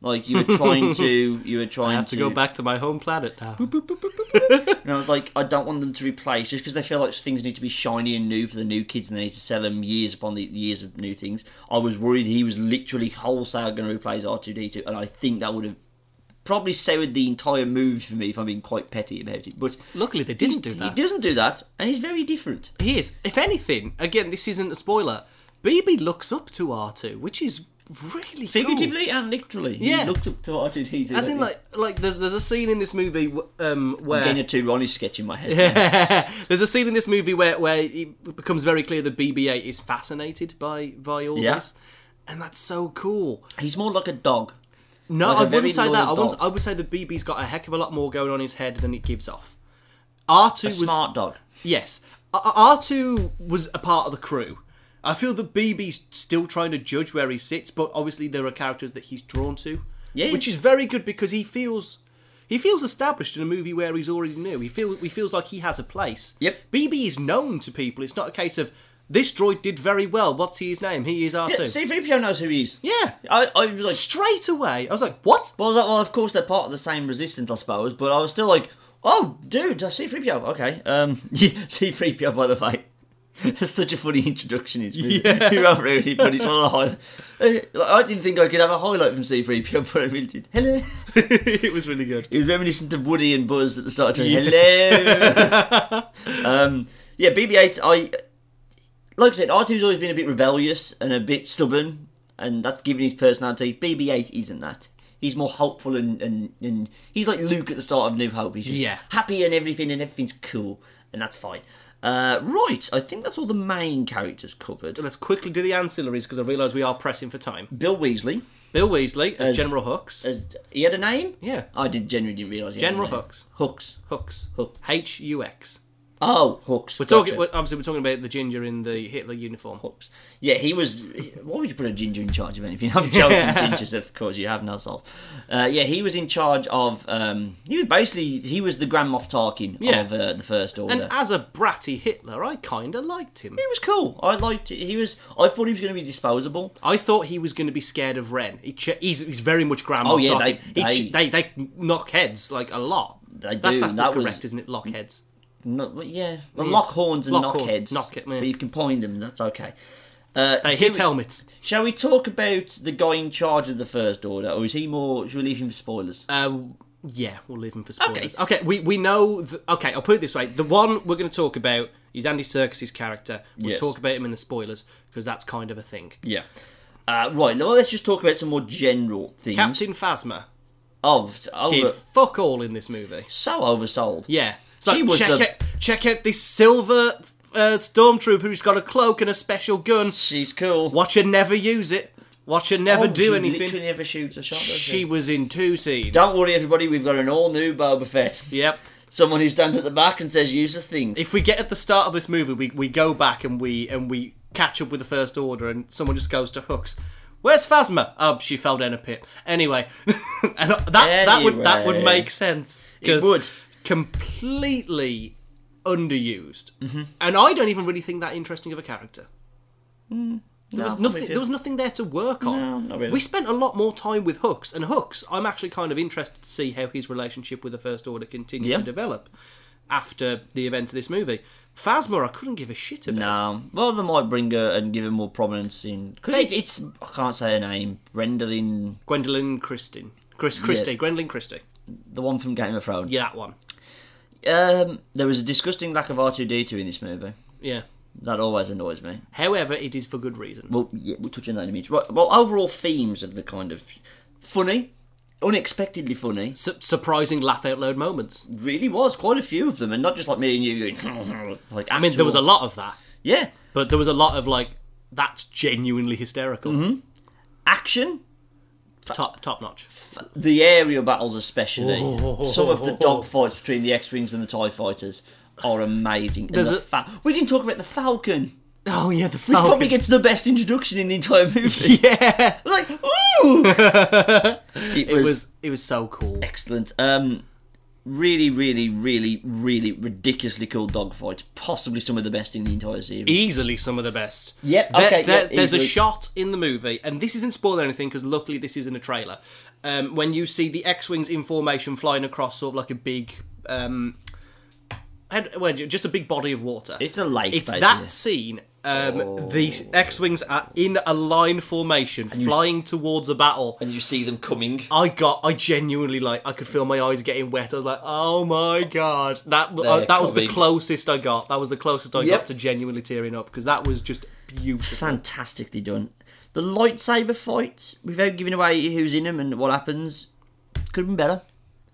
S2: Like you were trying to, you were trying
S1: I have to go back to my home planet now.
S2: and I was like, I don't want them to replace just because they feel like things need to be shiny and new for the new kids, and they need to sell them years upon the years of new things. I was worried he was literally wholesale going to replace R two D two, and I think that would have probably soured the entire movie for me if I'm being quite petty about it. But
S1: Luckily, they didn't
S2: he-
S1: do that.
S2: He doesn't do that, and he's very different.
S1: He is. If anything, again, this isn't a spoiler. BB looks up to R2, which is really cool.
S2: Figuratively and literally,
S1: Yeah.
S2: he looked up to R two D two.
S1: As in, like, like there's there's a scene in this movie w- um, where
S2: getting a two Ronnie sketch in my head.
S1: *laughs* There's a scene in this movie where, where it becomes very clear that BB-8 is fascinated by by all
S2: Yeah.
S1: this, and that's so cool.
S2: He's more like a dog.
S1: No,
S2: Like a
S1: I
S2: very
S1: wouldn't say that.
S2: loyal
S1: I, wouldn't,
S2: dog.
S1: I would say the BB's got a heck of a lot more going on in his head than it gives off. R two
S2: A
S1: was
S2: smart dog.
S1: yes. R two was a part of the crew. I feel that BB's still trying to judge where he sits, but obviously there are characters that he's drawn to,
S2: Yeah.
S1: which is very good because he feels. He feels established in a movie where he's already new. He feels he feels like he has a place.
S2: Yep.
S1: BB is known to people. It's not a case of this droid did very well. What's his name? He is R two.
S2: Yeah, C three PO knows who he is.
S1: yeah.
S2: I, I was like,
S1: Straight away, I was like, "What? *laughs*
S2: Well, I was like, well, of course they're part of the same resistance, I suppose. But I was still like, oh, dude, I see 3PO. Okay, um, *laughs* see 3PO. By the way, *laughs* that's such a funny introduction. It's really,
S1: Yeah.
S2: *laughs* you have ruined it, but it's one of the highlights. *laughs* I didn't think I could have a highlight from C3PO, *laughs* but I really did. Hello.
S1: it was really good.
S2: It was reminiscent of Woody and Buzz at the start of Hello.
S1: *laughs*
S2: um, yeah, BB-8. I like I said, R2's always been a bit rebellious and a bit stubborn, and that's given his personality. BB-8 isn't that. He's more hopeful and, and, and he's like Luke at the start of New Hope. He's just
S1: Yeah.
S2: happy and everything, and everything's cool, and that's fine. Uh, right, I think that's all the main characters covered.
S1: Let's quickly do the ancillaries because I realise we are pressing for time.
S2: Bill Weasley,
S1: Bill Weasley as, General Hooks.
S2: as, he had a name.
S1: yeah,
S2: I did genuinely didn't realise. he had a
S1: General
S2: name.
S1: Hooks.
S2: Hooks.
S1: Hooks.
S2: Hook.
S1: H U X.
S2: Oh, Hooks.
S1: We're talking. we're- obviously, we're talking about the ginger in the Hitler uniform.
S2: Hooks. Yeah, he was. Why would you put a ginger in charge of anything? *laughs* I'm joking, gingers, of course. You have no souls. Uh, yeah, he was in charge of. Um, he was basically he was the Grand Moff Tarkin
S1: Yeah.
S2: of uh, the First Order.
S1: And as a bratty Hitler, I kind of liked him.
S2: he was cool. I liked. He was. I thought he was going to be disposable.
S1: I thought he was going to be scared of Ren. He ch- he's, he's very much grandma.
S2: Oh, yeah,
S1: Tarkin.
S2: they-
S1: He ch- they they knock heads like a lot.
S2: They
S1: That's,
S2: do,
S1: that's
S2: that was- Mm.
S1: correct, isn't it? Lock heads.
S2: No, well, yeah, well, lock horns and
S1: Lock
S2: knock
S1: horns,
S2: heads.
S1: knock it, yeah.
S2: But you can point them. That's okay. Uh,
S1: They
S2: do
S1: hit
S2: we-
S1: helmets.
S2: Shall we talk about the guy in charge of the First Order, or is he more? Should we leave him for spoilers?
S1: Um, yeah, we'll leave him for spoilers. Okay, we we know. Th- okay, I'll put it this way: the one we're going to talk about is Andy Serkis's character. We'll
S2: Yes. Mm.
S1: talk about him in the spoilers because that's kind of a thing.
S2: Yeah. Uh, right, now let's just talk about some more general things.
S1: Captain Phasma
S2: Oh, over,
S1: did fuck all in this movie.
S2: so oversold.
S1: Yeah, it's
S2: She
S1: like
S2: was
S1: check
S2: the-
S1: out check out this silver uh, stormtrooper who's got a cloak and a special gun.
S2: She's cool.
S1: Watch her never use it. Watch her never
S2: Oh,
S1: do
S2: she
S1: anything.
S2: Literally never shoots a shot. does she?
S1: She was in two scenes.
S2: Don't worry, everybody. We've got an all-new Boba Fett.
S1: Yep.
S2: Someone who stands at the back and says useless things.
S1: If we get at the start of this movie, we, we go back and we and we catch up with the first order, and someone just goes to Hooks. Where's Phasma? Oh, she fell down a pit. Anyway, *laughs* and that that would that would
S2: Anyway.
S1: make sense. 'cause
S2: would.
S1: completely
S2: Mm-hmm.
S1: underused, and I don't even really think that interesting of a character. There
S2: No,
S1: was
S2: me
S1: nothing.
S2: too.
S1: There was nothing there to work on.
S2: No, not really.
S1: We spent a lot more time with Hooks, and Hooks. I'm actually kind of interested to see how his relationship with the First Order continued
S2: Yeah.
S1: to develop after the events of this movie. Phasma, I couldn't give a shit about.
S2: No, well, they might bring her and give her more prominence in because
S1: They-
S2: it's, it's I can't say her name. Brendan,
S1: Gwendolyn Christie. Chris Christie. Gwendolyn Christie.
S2: the one from Game of Thrones.
S1: Yeah, that one.
S2: Um, there was a disgusting lack of R two D two in this movie.
S1: Yeah.
S2: That always annoys me.
S1: However, it is for good reason.
S2: Well, yeah, we'll touch on that in a minute. Right, well, overall themes of the kind of funny, unexpectedly funny,
S1: Su- surprising laugh out loud moments.
S2: really was quite a few of them, and not just like me and you going *laughs* like.
S1: I mean, there was a lot of that,
S2: yeah
S1: but there was a lot of like that's genuinely hysterical.
S2: Mm-hmm. action.
S1: Top top notch.
S2: The aerial battles, especially
S1: Oh.
S2: some of the dog fights between the X wings and the Tie fighters, are amazing. And
S1: There's
S2: the
S1: a-
S2: fa- we didn't talk about the Falcon.
S1: Oh yeah, the
S2: Which probably gets the best introduction in the entire
S1: *laughs*
S2: movie. *laughs*
S1: yeah.
S2: like, ooh! it,
S1: It
S2: was,
S1: was it was so cool.
S2: excellent. Um, really, really, really, really ridiculously cool dogfight. Possibly some of the best in the entire series.
S1: Easily some of the best.
S2: Yep,
S1: There-
S2: okay,
S1: there-
S2: yep,
S1: there's a
S2: easily.
S1: shot in the movie, and this isn't spoiling anything because luckily this isn't a trailer. Um, when you see the X-wings in formation flying across sort of like a big, um, head- well, ju- just a big body of water.
S2: It's a lake,
S1: It's
S2: basically. Oh.
S1: that scene. Um, The X-wings are in a line formation, flying towards a battle.
S2: and you see them coming.
S1: I got, I genuinely like, I could feel my eyes getting wet. I was like, oh my god, that uh, that was the
S2: coming.
S1: closest I got. That was the closest I
S2: Yep.
S1: got to genuinely tearing up because that was just beautiful.
S2: Fantastically done. The lightsaber fights, without giving away who's in them and what happens, could have been better.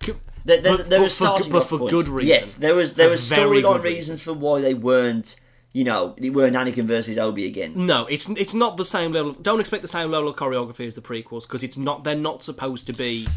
S2: There, there,
S1: But-
S2: there
S1: but
S2: was
S1: for good-
S2: starting
S1: but
S2: off
S1: for
S2: points.
S1: good reason.
S2: Yes, there was there
S1: For
S2: was
S1: very
S2: storyline
S1: good reason.
S2: reasons for why they weren't, you know, they weren't Anakin versus Obi again.
S1: No, it's it's not the same level. Of, don't expect the same level of choreography as the prequels because it's not. They're not supposed to be.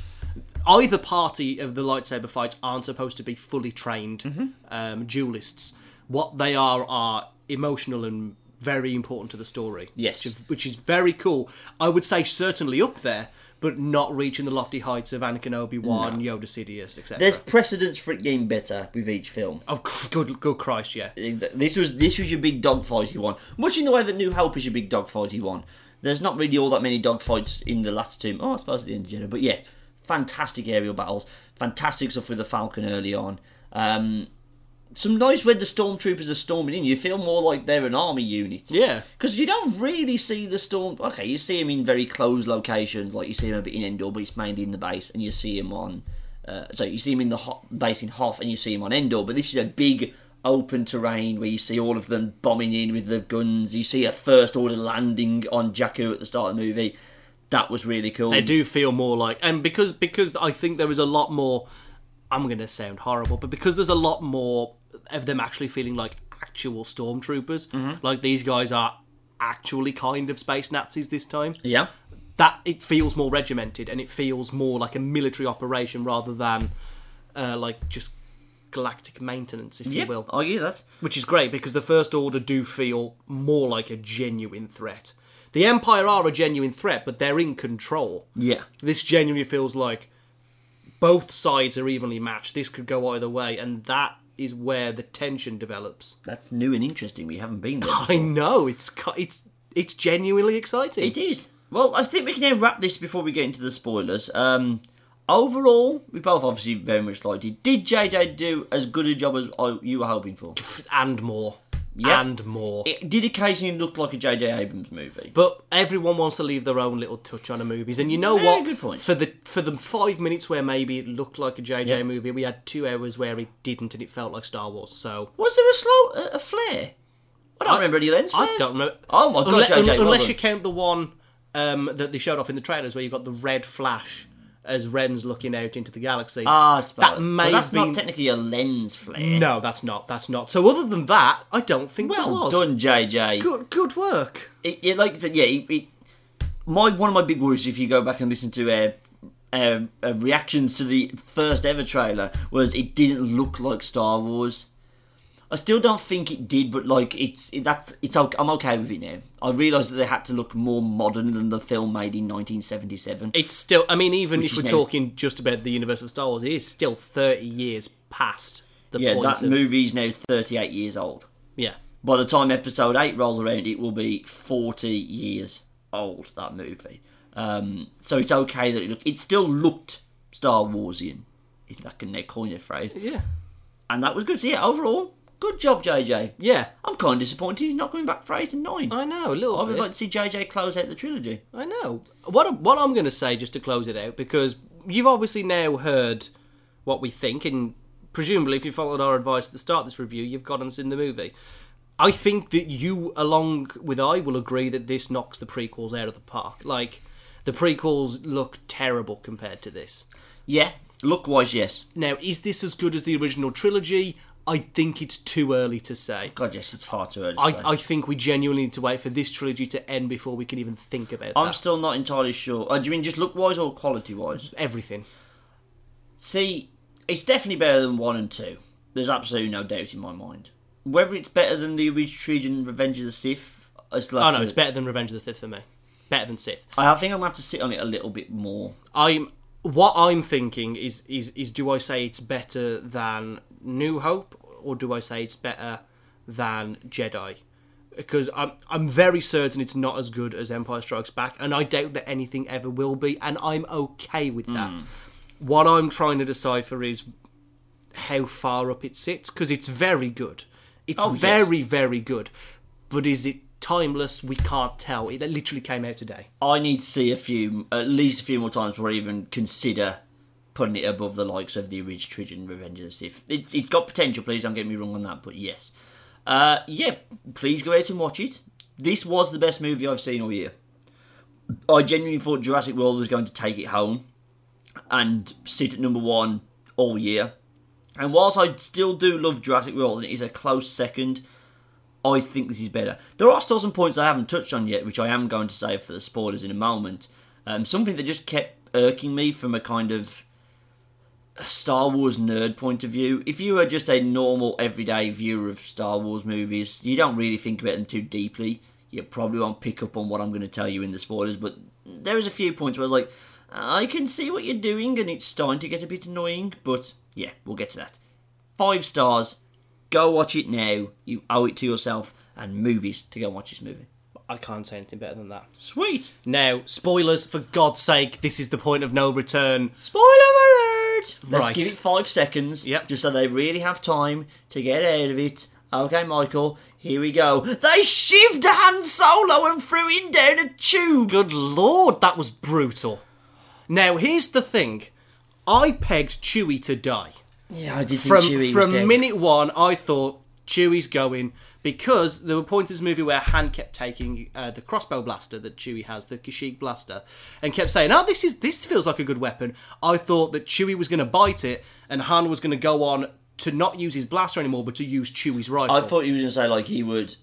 S1: Either party of the lightsaber fights aren't supposed to be fully trained
S2: Mm-hmm.
S1: um, duelists. What they are are emotional and very important to the story.
S2: Yes.
S1: which is, which is very cool. I would say certainly up there, but not reaching the lofty heights of Anakin, Obi Wan, Yoda, Sidious, etc.
S2: There's precedence for it getting better with each film.
S1: oh, good, good Christ, yeah.
S2: Exa- This was this was your big dogfighty one, much in the way that New Hope is your big dogfighty one. There's not really all that many dogfights in the latter two. Oh, I suppose at the end of Jedi, but yeah, fantastic aerial battles, fantastic stuff with the Falcon early on. Um, some nice when the stormtroopers are storming in. You feel more like they're an army unit.
S1: Yeah.
S2: because you don't really see the storm. Okay, you see them in very closed locations, like you see them a bit in Endor, but it's mainly in the base, and you see them on. Uh, so you see them in the ho- base in Hoth, and you see them on Endor. But this is a big open terrain where you see all of them bombing in with the guns. You see a first order landing on Jakku at the start of the movie. That was really cool.
S1: they do feel more like and because because I think there is a lot more I'm going to sound horrible but because there's a lot more of them actually feeling like actual stormtroopers like these guys are actually kind of space Nazis this time
S2: Yeah.
S1: that it feels more regimented and it feels more like a military operation rather than uh, like just galactic maintenance if you will
S2: I hear that.
S1: which is great because the First Order do feel more like a genuine threat. The Empire are a genuine threat, but they're in control.
S2: Yeah.
S1: This genuinely feels like both sides are evenly matched. This could go either way, and that is where the tension develops.
S2: That's new and interesting. We haven't been there.
S1: I know it's cu- it's it's genuinely exciting.
S2: It is. Well, I think we can now wrap this before we get into the spoilers. Um, overall, we both obviously very much liked it. Did JJ do as good a job as I, you were hoping for?
S1: and more, and more.
S2: It did occasionally look like a JJ Abrams movie.
S1: But everyone wants to leave their own little touch on a movies, and you know
S2: Very
S1: what?
S2: good point.
S1: For the for the five minutes where maybe it looked like a JJ movie, we had two hours where it didn't, and it felt like Star Wars. So
S2: Was there a slow a, a flare? I don't remember any lens flares.
S1: I don't remember.
S2: Oh my god,
S1: Unle-
S2: JJ!
S1: un-
S2: well
S1: unless
S2: done.
S1: you count the one um, that they showed off in the trailers, where you got the red flash as Ren's looking out into the galaxy.
S2: Ah, I suppose.
S1: that
S2: well,
S1: may
S2: that's
S1: have been.
S2: not technically a lens flare.
S1: Uh, no, that's not. That's not. So other than that, I don't think that
S2: Well
S1: was.
S2: done, JJ.
S1: Good, good work.
S2: it, it, like I said, yeah, it, it, my one of my big worries, if you go back and listen to uh, uh, uh, reactions to the first ever trailer, was it didn't look like Star Wars. I still don't think it did, but like it's it, that's it's okay, I'm okay with it now. I realise that they had to look more modern than the film made in 1977.
S1: It's still. I mean, even if
S2: is
S1: we're
S2: nice.
S1: talking just about the universe of Star Wars, it is still thirty years past the
S2: yeah,
S1: point.
S2: that
S1: of,
S2: movie's now 38 years old.
S1: yeah,
S2: By the time episode 8 rolls around, it will be 40 years old, that movie. Um, so it's okay that it looked, it still looked Star Warsian, if that can now coin a phrase.
S1: Yeah.
S2: And that was good. So yeah, overall, good job, JJ.
S1: Yeah.
S2: I'm kind of disappointed he's not coming back for 8 and 9.
S1: I know, a little
S2: I
S1: bit.
S2: would like to see JJ close out the trilogy.
S1: I know. What what I'm going to say just to close it out because you've obviously now heard what we think and presumably if you followed our advice at the start of this review you've got us in the movie. I think that you along with I will agree that this knocks the prequels out of the park. Like the prequels look terrible compared to this.
S2: Yeah, look wise, yes.
S1: Now, is this as good as the original trilogy? I think it's too early to say.
S2: God, yes, it's far too early. to
S1: I,
S2: say.
S1: I think we genuinely need to wait for this trilogy to end before we can even think about
S2: I'm
S1: that.
S2: still not entirely sure. Uh, do you mean just look wise or quality wise?
S1: everything.
S2: See, it's definitely better than one and two. There's absolutely no doubt in my mind. Whether it's better than the original trilogy and Revenge of the Sith, it's
S1: Oh no, it's better than Revenge of the Sith for me. Better than Sith.
S2: I think I'm gonna have to sit on it a little bit more.
S1: I'm what I'm thinking is is is do I say it's better than New Hope or do I say it's better than Jedi? Because I'm I'm very certain it's not as good as Empire Strikes Back, and I doubt that anything ever will be, and I'm okay with that.
S2: Hmm.
S1: What I'm trying to decipher is how far up it sits because it's very good. It's
S2: Oh, yes.
S1: very very good, but is it timeless? We can't tell. It literally came out today.
S2: I need to see a few, at least a few more times before I even consider putting it above the likes of the original trilogy and Revenge of the Sith. It's, it's got potential. Please don't get me wrong on that, but yes, uh, yeah, please go out and watch it. This was the best movie I've seen all year. I genuinely thought Jurassic World was going to take it home and sit at number one all year. And whilst I still do love Jurassic World and it is a close second, I think this is better. There are still some points I haven't touched on yet, which I am going to save for the spoilers in a moment. Um, something that just kept irking me from a kind of Star Wars nerd point of view. If you are just a normal, everyday viewer of Star Wars movies, you don't really think about them too deeply. You probably won't pick up on what I'm going to tell you in the spoilers, but there is a few points where I was like, I can see what you're doing, and it's starting to get a bit annoying, but yeah, we'll get to that. Five stars. Go watch it now. You owe it to yourself and movies to go watch this movie.
S1: I can't say anything better than that.
S2: Sweet.
S1: Now, spoilers for God's sake, this is the point of no return.
S2: Spoiler alert! Let's
S1: Right.
S2: give it five seconds.
S1: Yep.
S2: Just so they really have time to get out of it. Okay, Michael, here we go. They shivved Han Solo and threw him down a tube.
S1: Good lord, that was brutal. Now, here's the thing I pegged Chewie to die.
S2: Yeah, I did think
S1: From,
S2: Chewie was
S1: from
S2: dead.
S1: minute one, I thought Chewie's going because there were points in this movie where Han kept taking uh, the crossbow blaster that Chewie has, the Kashyyyk blaster, and kept saying, "Oh, this is this feels like a good weapon." I thought that Chewie was going to bite it, and Han was going to go on to not use his blaster anymore, but to use Chewie's rifle.
S2: I thought he was going to say, like, he would.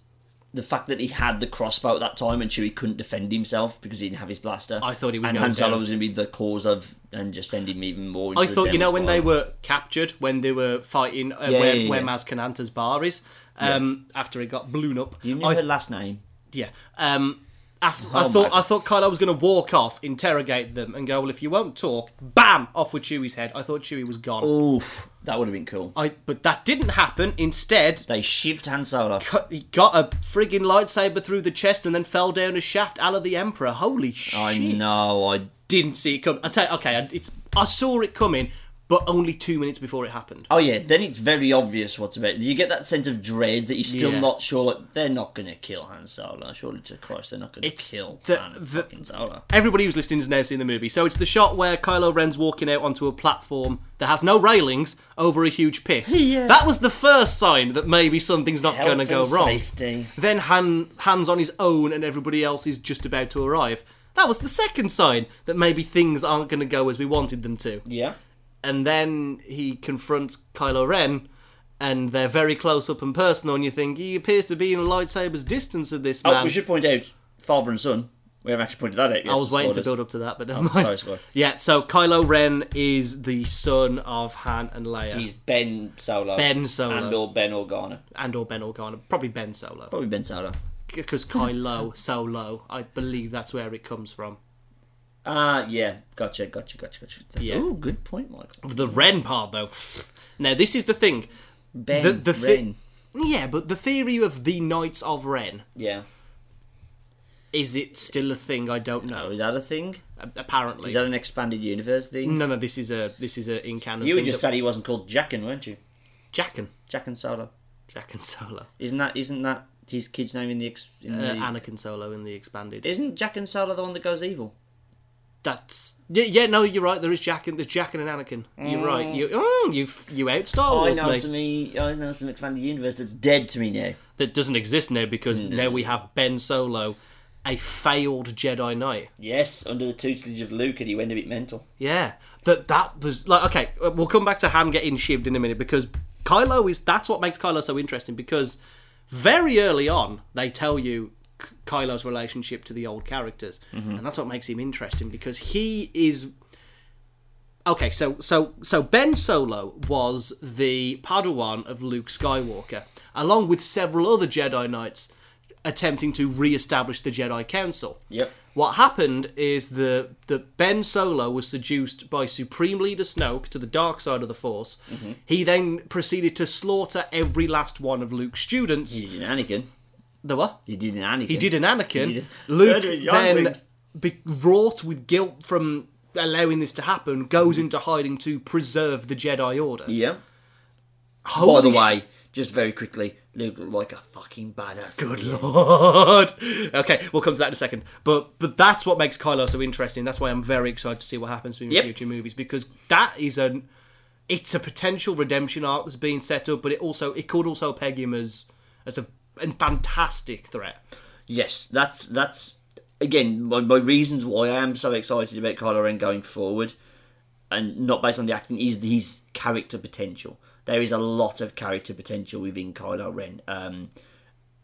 S2: The fact that he had the crossbow at that time and Chewie couldn't defend himself because he didn't have his blaster.
S1: I thought he was
S2: And
S1: going
S2: Han Solo
S1: down.
S2: was going to be the cause of and just send him even more. Into
S1: I
S2: the
S1: thought, you know,
S2: downward
S1: when they
S2: spiral.
S1: were captured, when they were fighting uh,
S2: Yeah,
S1: where,
S2: yeah,
S1: where
S2: yeah.
S1: Maz Kanata's bar is, um, after it got blown up.
S2: You knew
S1: I,
S2: her last name.
S1: yeah. Um, after,
S2: Oh
S1: I
S2: my
S1: thought I
S2: God.
S1: thought Kylo was going to walk off, interrogate them, and go, well, if you won't talk, bam, off with Chewie's head. I thought Chewie was gone.
S2: Oh. Oof. That would have been cool.
S1: I, but that didn't happen. Instead,
S2: They shivved Han Solo.
S1: cut- he got a friggin' lightsaber through the chest and then fell down a shaft, a la the Emperor. Holy shit!
S2: I know. I
S1: Didn't see it come. I tell you, okay, I- it's I saw it coming, but only two minutes before it happened.
S2: Oh yeah, then it's very obvious what's about. You get that sense of dread that you're still
S1: Yeah.
S2: not sure. Like, they're not going to kill Han Solo. Surely to Christ, they're not going to
S1: It's
S2: kill
S1: the-
S2: Han
S1: the-
S2: fucking Solo.
S1: Everybody who's listening has now seen the movie. So it's the shot where Kylo Ren's walking out onto a platform that has no railings over a huge pit.
S2: *laughs* Yeah.
S1: That was the first sign that maybe something's not going to
S2: Health
S1: go
S2: and
S1: wrong.
S2: Safety.
S1: Then Han, Han's on his own and everybody else is just about to arrive. That was the second sign that maybe things aren't going to go as we wanted them to.
S2: Yeah.
S1: And then he confronts Kylo Ren. And they're very close up and personal, and you think he appears to be in a lightsaber's distance of this
S2: Oh,
S1: man.
S2: we should point out father and son. We haven't actually pointed that out. Yet,
S1: Um, I was waiting to build up to that, but never mind.
S2: Oh, sorry, sorry.
S1: *laughs* Yeah, so Kylo Ren is the son of Han and Leia,
S2: He's Ben Solo.
S1: Ben Solo.
S2: And or Ben Organa.
S1: and or Ben Organa, probably Ben Solo,
S2: Probably Ben Solo.
S1: because
S2: *laughs*
S1: Kylo Solo, I believe that's where it comes from.
S2: Ah, yeah. Gotcha. Gotcha. Gotcha. Gotcha. That's,
S1: Yeah.
S2: Ooh, good point, Michael.
S1: The Ren part, though. Now this is the thing.
S2: Ben.
S1: The- the thi-
S2: Ren.
S1: Yeah, but the theory of the Knights of Ren
S2: Yeah.
S1: is it still a thing? I don't know.
S2: Oh, is that a thing?
S1: A- Apparently,
S2: Is that an expanded universe thing?
S1: no, no. This is a this is a in canon.
S2: You were
S1: thing
S2: just
S1: that-
S2: said he wasn't called Jackin, weren't you?
S1: Jackin,
S2: Jackin Solo.
S1: Jackin Solo,
S2: Isn't that isn't that his kid's name in the? Ex- in
S1: uh,
S2: the-
S1: Anakin Solo in the expanded.
S2: isn't Jackin Solo the one that goes evil?
S1: That's yeah, yeah. No, you're right. There is Jackin. There's Jackin and Anakin. You're right. You oh, you f- you out Star
S2: Mm. I
S1: Wars
S2: know
S1: me.
S2: some e- I know some expanded universe that's dead to me now.
S1: That doesn't exist now because
S2: Mm.
S1: now we have Ben Solo, a failed Jedi Knight.
S2: Yes, under the tutelage of Luke, and he went a bit mental.
S1: Yeah, that that was like okay. uh, We'll come back to Han getting shivved in a minute because Kylo is that's what makes Kylo so interesting because very early on they tell you K- Kylo's relationship to the old characters, and that's what makes him interesting because he is okay. So so so Ben Solo was the Padawan of Luke Skywalker, along with several other Jedi Knights attempting to re-establish the Jedi Council.
S2: Yep.
S1: What happened is the the Ben Solo was seduced by Supreme Leader Snoke to the dark side of the Force.
S2: Mm-hmm.
S1: He then proceeded to slaughter every last one of Luke's students.
S2: He did an Anakin.
S1: There were
S2: He did an Anakin.
S1: he did an Anakin.
S2: He did.
S1: Luke
S2: Murder young
S1: then,
S2: wings.
S1: be- wrought with guilt from allowing this to happen, goes into hiding to preserve the Jedi Order.
S2: Mm-hmm. Yeah. By
S1: Holy
S2: the way, just very quickly, Luke looked like a fucking badass.
S1: Good lord. Okay, we'll come to that in a second. But but that's what makes Kylo so interesting. That's why I'm very excited to see what happens in
S2: Yep.
S1: future movies because that is an it's a potential redemption arc that's being set up, but it also it could also peg him as as a an fantastic threat.
S2: Yes, that's that's again my, my reasons why I am so excited about Kylo Ren going forward, and not based on the acting is his character potential. There is a lot of character potential within Kylo Ren. Um,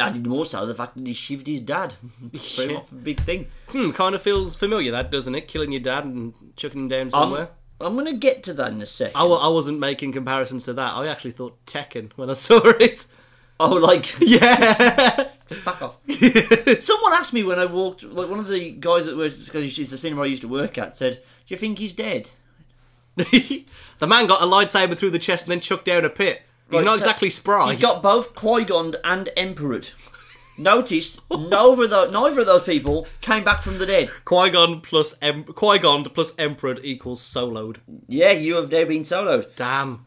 S2: added more so the fact that he shivved his dad, *laughs* Threw him off a big thing.
S1: Hmm, kind of feels familiar that, doesn't it? Killing your dad and chucking him down
S2: I'm,
S1: somewhere.
S2: I'm gonna get to that in a second.
S1: Um, I w- I wasn't making comparisons to that. I actually thought Tekken when I saw *laughs* it.
S2: oh, like
S1: Yeah.
S2: Fuck off. Someone asked me when I walked, like one of the guys that works, because it's the cinema I used to work at, said, "Do you think he's dead?"
S1: *laughs* the man got a lightsaber through the chest and then chucked down a pit. He's
S2: Right,
S1: not
S2: so-
S1: exactly spry.
S2: He got both Qui Gon and Emperor. Notice neither of those, neither of those people came back from the dead.
S1: Qui Gon plus em- Qui Gon plus Emperor equals soloed.
S2: Yeah, you have now been soloed. *laughs*
S1: Damn,
S2: um,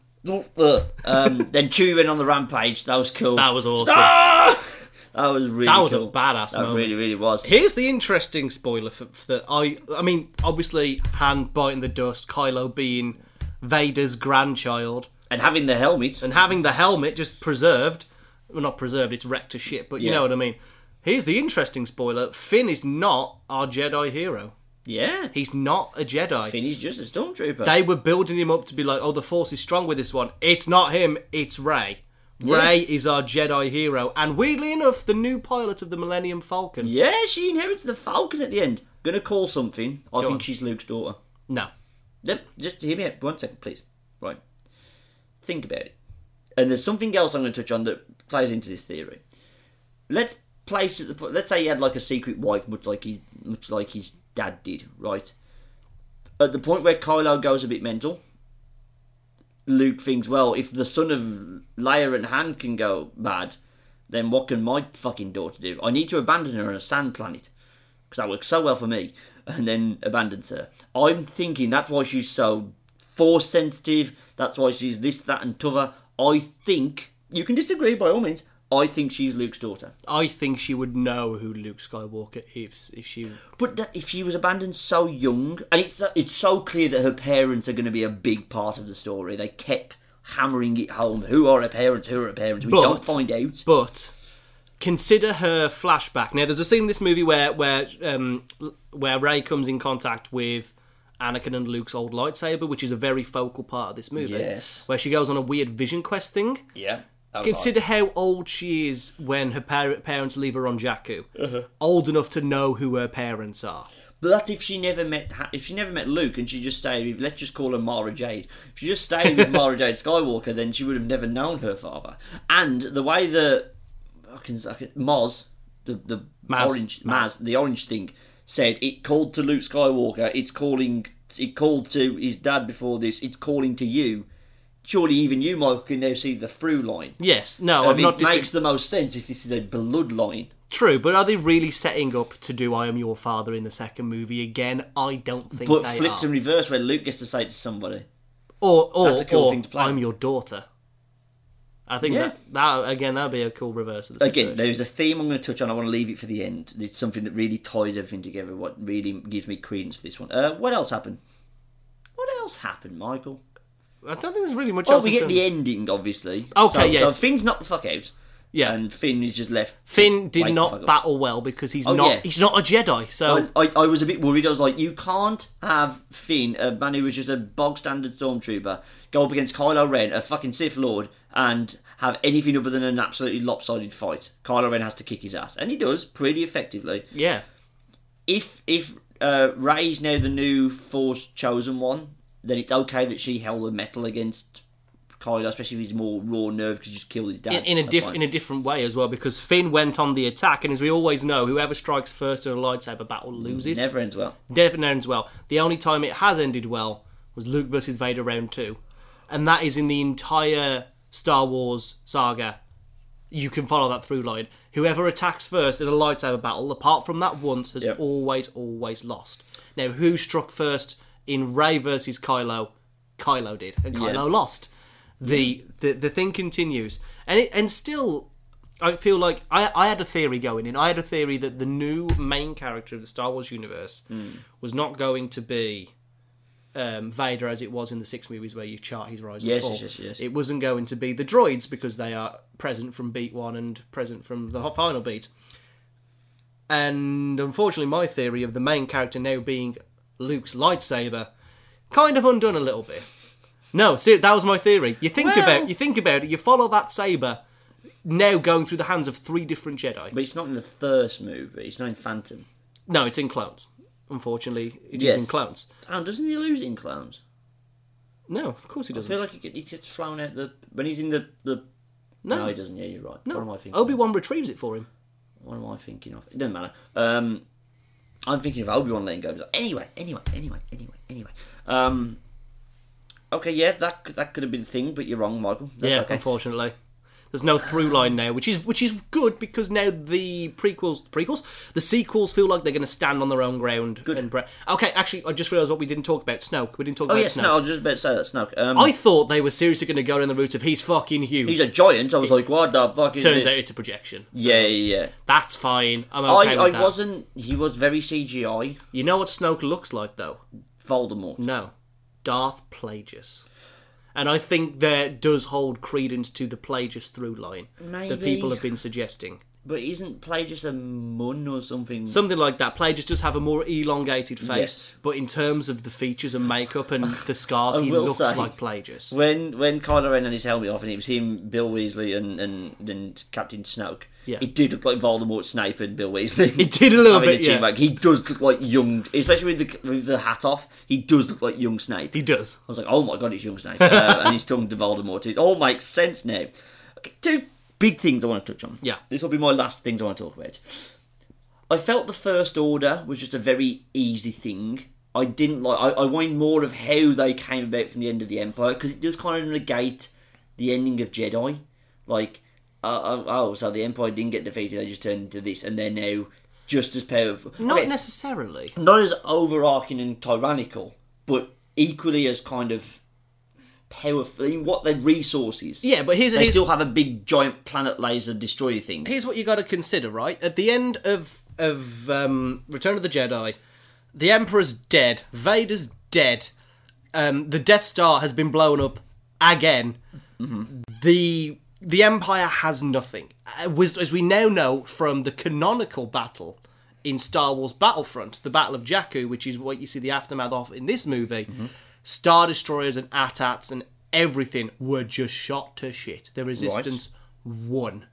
S2: then Chewie went on the rampage. That was cool. Ah!
S1: that was awesome.
S2: That was really.
S1: That was a
S2: cool.
S1: badass
S2: That
S1: moment.
S2: really, really was.
S1: Here's the interesting spoiler for, for that. I I mean, obviously, Han biting the dust, Kylo being Vader's grandchild,
S2: And having the helmet.
S1: and having the helmet just preserved. Well, not preserved. It's wrecked to shit, but you
S2: Yeah.
S1: know what I mean. Here's the interesting spoiler: Finn is not our Jedi hero.
S2: yeah,
S1: He's not a Jedi.
S2: Finn is just a stormtrooper.
S1: they were building him up to be like, oh, the Force is strong with this one. It's not him. It's Ray. Ray is our Jedi hero, and weirdly enough, the new pilot of the Millennium Falcon.
S2: yeah, she inherits the Falcon at the end. Gonna call something. I think
S1: on.
S2: she's Luke's daughter.
S1: No,
S2: Yep, just hear me out. One second, please. Right. Think about it. And there's something else I'm going to touch on that plays into this theory. Let's place at the po- let's say he had like a secret wife, much like he much like his dad did, right? At the point where Kylo goes a bit mental, Luke thinks, well, if the son of Leia and Han can go bad, then what can my fucking daughter do? I need to abandon her on a sand planet because that works so well for me, and then abandons her. I'm thinking that's why she's so force sensitive. That's why she's this, that, and t'other. I think you can disagree by all means. I think she's Luke's daughter.
S1: I think she would know who Luke Skywalker is if she.
S2: But that, if she was abandoned so young, and it's so- it's so clear that her parents are going to be a big part of the story. They kept hammering it home. Who are her parents? Who are her parents? We
S1: But-
S2: don't find out.
S1: But consider her flashback. Now, there's a scene in this movie where where um, where Ray comes in contact with Anakin and Luke's old lightsaber, which is a very focal part of this movie.
S2: Yes.
S1: where she goes on a weird vision quest thing.
S2: yeah.
S1: Consider how old she is when her par- parents leave her on Jakku.
S2: Uh-huh.
S1: Old enough to know who her parents are.
S2: But that's if she never met Ha- if she never met Luke and she just stayed with let's just call her Mara Jade. If she just stayed
S1: *laughs*
S2: with Mara Jade Skywalker, then she would have never known her father. And the way the I can, I can, Maz the the
S1: Maz.
S2: orange
S1: Maz.
S2: Maz the orange thing said it called to Luke Skywalker. It's calling it called to his dad before this. It's calling to you. surely even you, Michael, can now see the through line.
S1: Yes, no,
S2: Of
S1: I've
S2: it
S1: not
S2: makes
S1: dis-
S2: the most sense if this is a bloodline.
S1: True, but are they really setting up to do I Am Your Father in the second movie again? I don't think
S2: But
S1: they
S2: flipped
S1: are.
S2: and reversed, where Luke gets to say it to somebody.
S1: or or,
S2: That's a cool
S1: or
S2: thing to play.
S1: I'm your daughter. I think
S2: Yeah.
S1: that, that again that'd be a cool reverse of the situation.
S2: Again, there's a theme I'm going to touch on. I want to leave it for the end. It's something that really ties everything together. What really gives me credence for this one. Uh, what else happened? What else happened, Michael?
S1: I don't think there's really much
S2: Well,
S1: else.
S2: Oh, we
S1: in
S2: get
S1: terms-
S2: the ending, obviously.
S1: Okay,
S2: so, So
S1: yes.
S2: Finn's knocked the fuck out,
S1: yeah.
S2: and Finn is just left.
S1: Finn did
S2: Wait, fuck
S1: not
S2: up.
S1: battle well because he's not
S2: Oh, yeah. Oh.
S1: he's not a Jedi. So
S2: I, I, I was a bit worried. I was like, you can't have Finn, a man who was just a bog standard stormtrooper, go up against Kylo Ren, a fucking Sith Lord, and have anything other than an absolutely lopsided fight. Kylo Ren has to kick his ass, and he does pretty effectively.
S1: yeah,
S2: If if uh, Ray's now the new Force chosen one, then it's okay that she held a metal against Kylo, especially if he's more raw nerve because he just killed his dad.
S1: in, in a
S2: That's
S1: diff-
S2: fine.
S1: in a different way as well because Finn went on the attack, and as we always know, whoever strikes first in a lightsaber battle loses.
S2: never ends well.
S1: definitely ends well. The only time it has ended well was Luke versus Vader round two, and that is in the entire Star Wars saga. You can follow that through line. Whoever attacks first in a lightsaber battle, apart from that once, has
S2: Yep.
S1: always, always lost. Now, who struck first in Ray versus Kylo? Kylo did, and Kylo
S2: Yeah.
S1: lost. The, the the thing continues, and it, and still I feel like I, I had a theory going in. I had a theory that the new main character of the Star Wars universe
S2: Hmm.
S1: was not going to be um, Vader as it was in the six movies where you chart his rise
S2: Yes,
S1: and fall.
S2: yes, yes, yes.
S1: It wasn't going to be the droids because they are present from beat one and present from the ho- final beat. And unfortunately, my theory of the main character now being Luke's lightsaber kind of undone a little bit. No, see, that was my theory. You think
S2: Well-
S1: about you think about it. You follow that saber now going through the hands of three different Jedi.
S2: But it's not in the first movie. It's not in Phantom.
S1: No, it's in clones. Unfortunately, it is
S2: Yes.
S1: in clones.
S2: Oh, doesn't he lose it in Clowns?
S1: No, of course he
S2: I
S1: doesn't.
S2: feel like he, get- he gets flown out the when he's in the the. No, he doesn't. Yeah, you're right. What am I
S1: no, Oh,
S2: thinking?
S1: Obi Wan retrieves it for him.
S2: What am I thinking of? It doesn't matter. Um, I'm thinking of Obi Wan letting go. Anyway, anyway, anyway, anyway, anyway. Um, okay, yeah, that could- that could have been the thing, but you're wrong, Michael. That's
S1: yeah,
S2: okay.
S1: unfortunately. There's no through line now, which is which is good because now the prequels, prequels, the sequels feel like they're going to stand on their own ground. Good. And bre- okay, actually, I just realised what we didn't talk about. Snoke. We didn't talk
S2: Oh
S1: about
S2: yes,
S1: Snoke.
S2: no, I was just about to say that Snoke. Um,
S1: I thought they were seriously going to go in the route of he's fucking huge.
S2: he's a giant. I was like, what the fuck is
S1: Turns
S2: this?
S1: out it's a projection.
S2: Yeah, yeah. yeah.
S1: That's fine. I'm okay with
S2: I, I
S1: that.
S2: wasn't. He was very CGI.
S1: You know what Snoke looks like though?
S2: Voldemort.
S1: No, Darth Plagueis. And I think that does hold credence to the Plagueis through line that
S2: Maybe.
S1: people have been suggesting.
S2: But isn't play just a mun or something?
S1: Something like that. Plagueis does have a more elongated face,
S2: Yes.
S1: but in terms of the features and makeup
S2: *laughs*
S1: and the scars, he
S2: will
S1: looks
S2: say-
S1: like Plagueis.
S2: When when Kylo Ren had his helmet off and it was him, Bill Weasley, and and, and Captain Snoke.
S1: Yeah.
S2: He did look like Voldemort, Snape, and Bill
S1: *laughs*
S2: Weasley. He
S1: did a little bit, yeah.
S2: He does look like young, especially with the with the hat off. He does look like young Snape.
S1: He does.
S2: I was like, oh my god, it's young Snape, uh, and he's talking to Voldemort. It all makes sense now. Okay, two big things I want to touch on.
S1: Yeah.
S2: this will be my last things I want to talk about. I felt the first order was just a very easy thing. I didn't like. I, I wanted more of how they came about from the end of the Empire because it does kind of negate the ending of Jedi. Like, uh, oh, oh, so the Empire didn't get defeated; they just turned into this, and they're now just as powerful.
S1: Not
S2: Okay,
S1: necessarily.
S2: not as overarching and tyrannical, but equally as kind of powerful in what their resources.
S1: Yeah, but here's,
S2: They
S1: here's
S2: still have a big giant planet laser destroyer thing.
S1: here's what you got to consider, right? At the end of of um, Return of the Jedi, the Emperor's dead, Vader's dead, um, the Death Star has been blown up again. The the Empire has nothing, uh, was, as we now know from the canonical battle in Star Wars Battlefront, the Battle of Jakku, which is what you see the aftermath of in this movie. Star destroyers and AT-ATs and everything were just shot to shit. The Resistance won.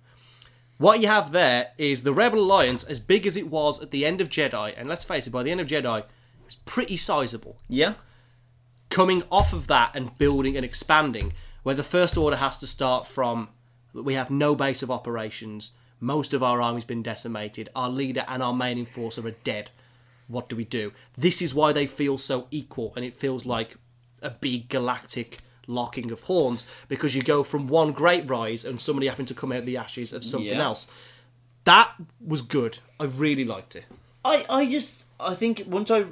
S1: What you have there is the Rebel Alliance, as big as it was at the end of Jedi, and let's face it, by the end of Jedi, it was pretty sizable.
S2: Yeah.
S1: Coming off of that and building and expanding, where the First Order has to start from, we have no base of operations, most of our army's been decimated, our leader and our main enforcer are dead. What do we do? This is why they feel so equal, and it feels like a big galactic locking of horns because you go from one great rise and somebody having to come out the ashes of something
S2: Yeah.
S1: else. That was good. I really liked it.
S2: I, I just I think once I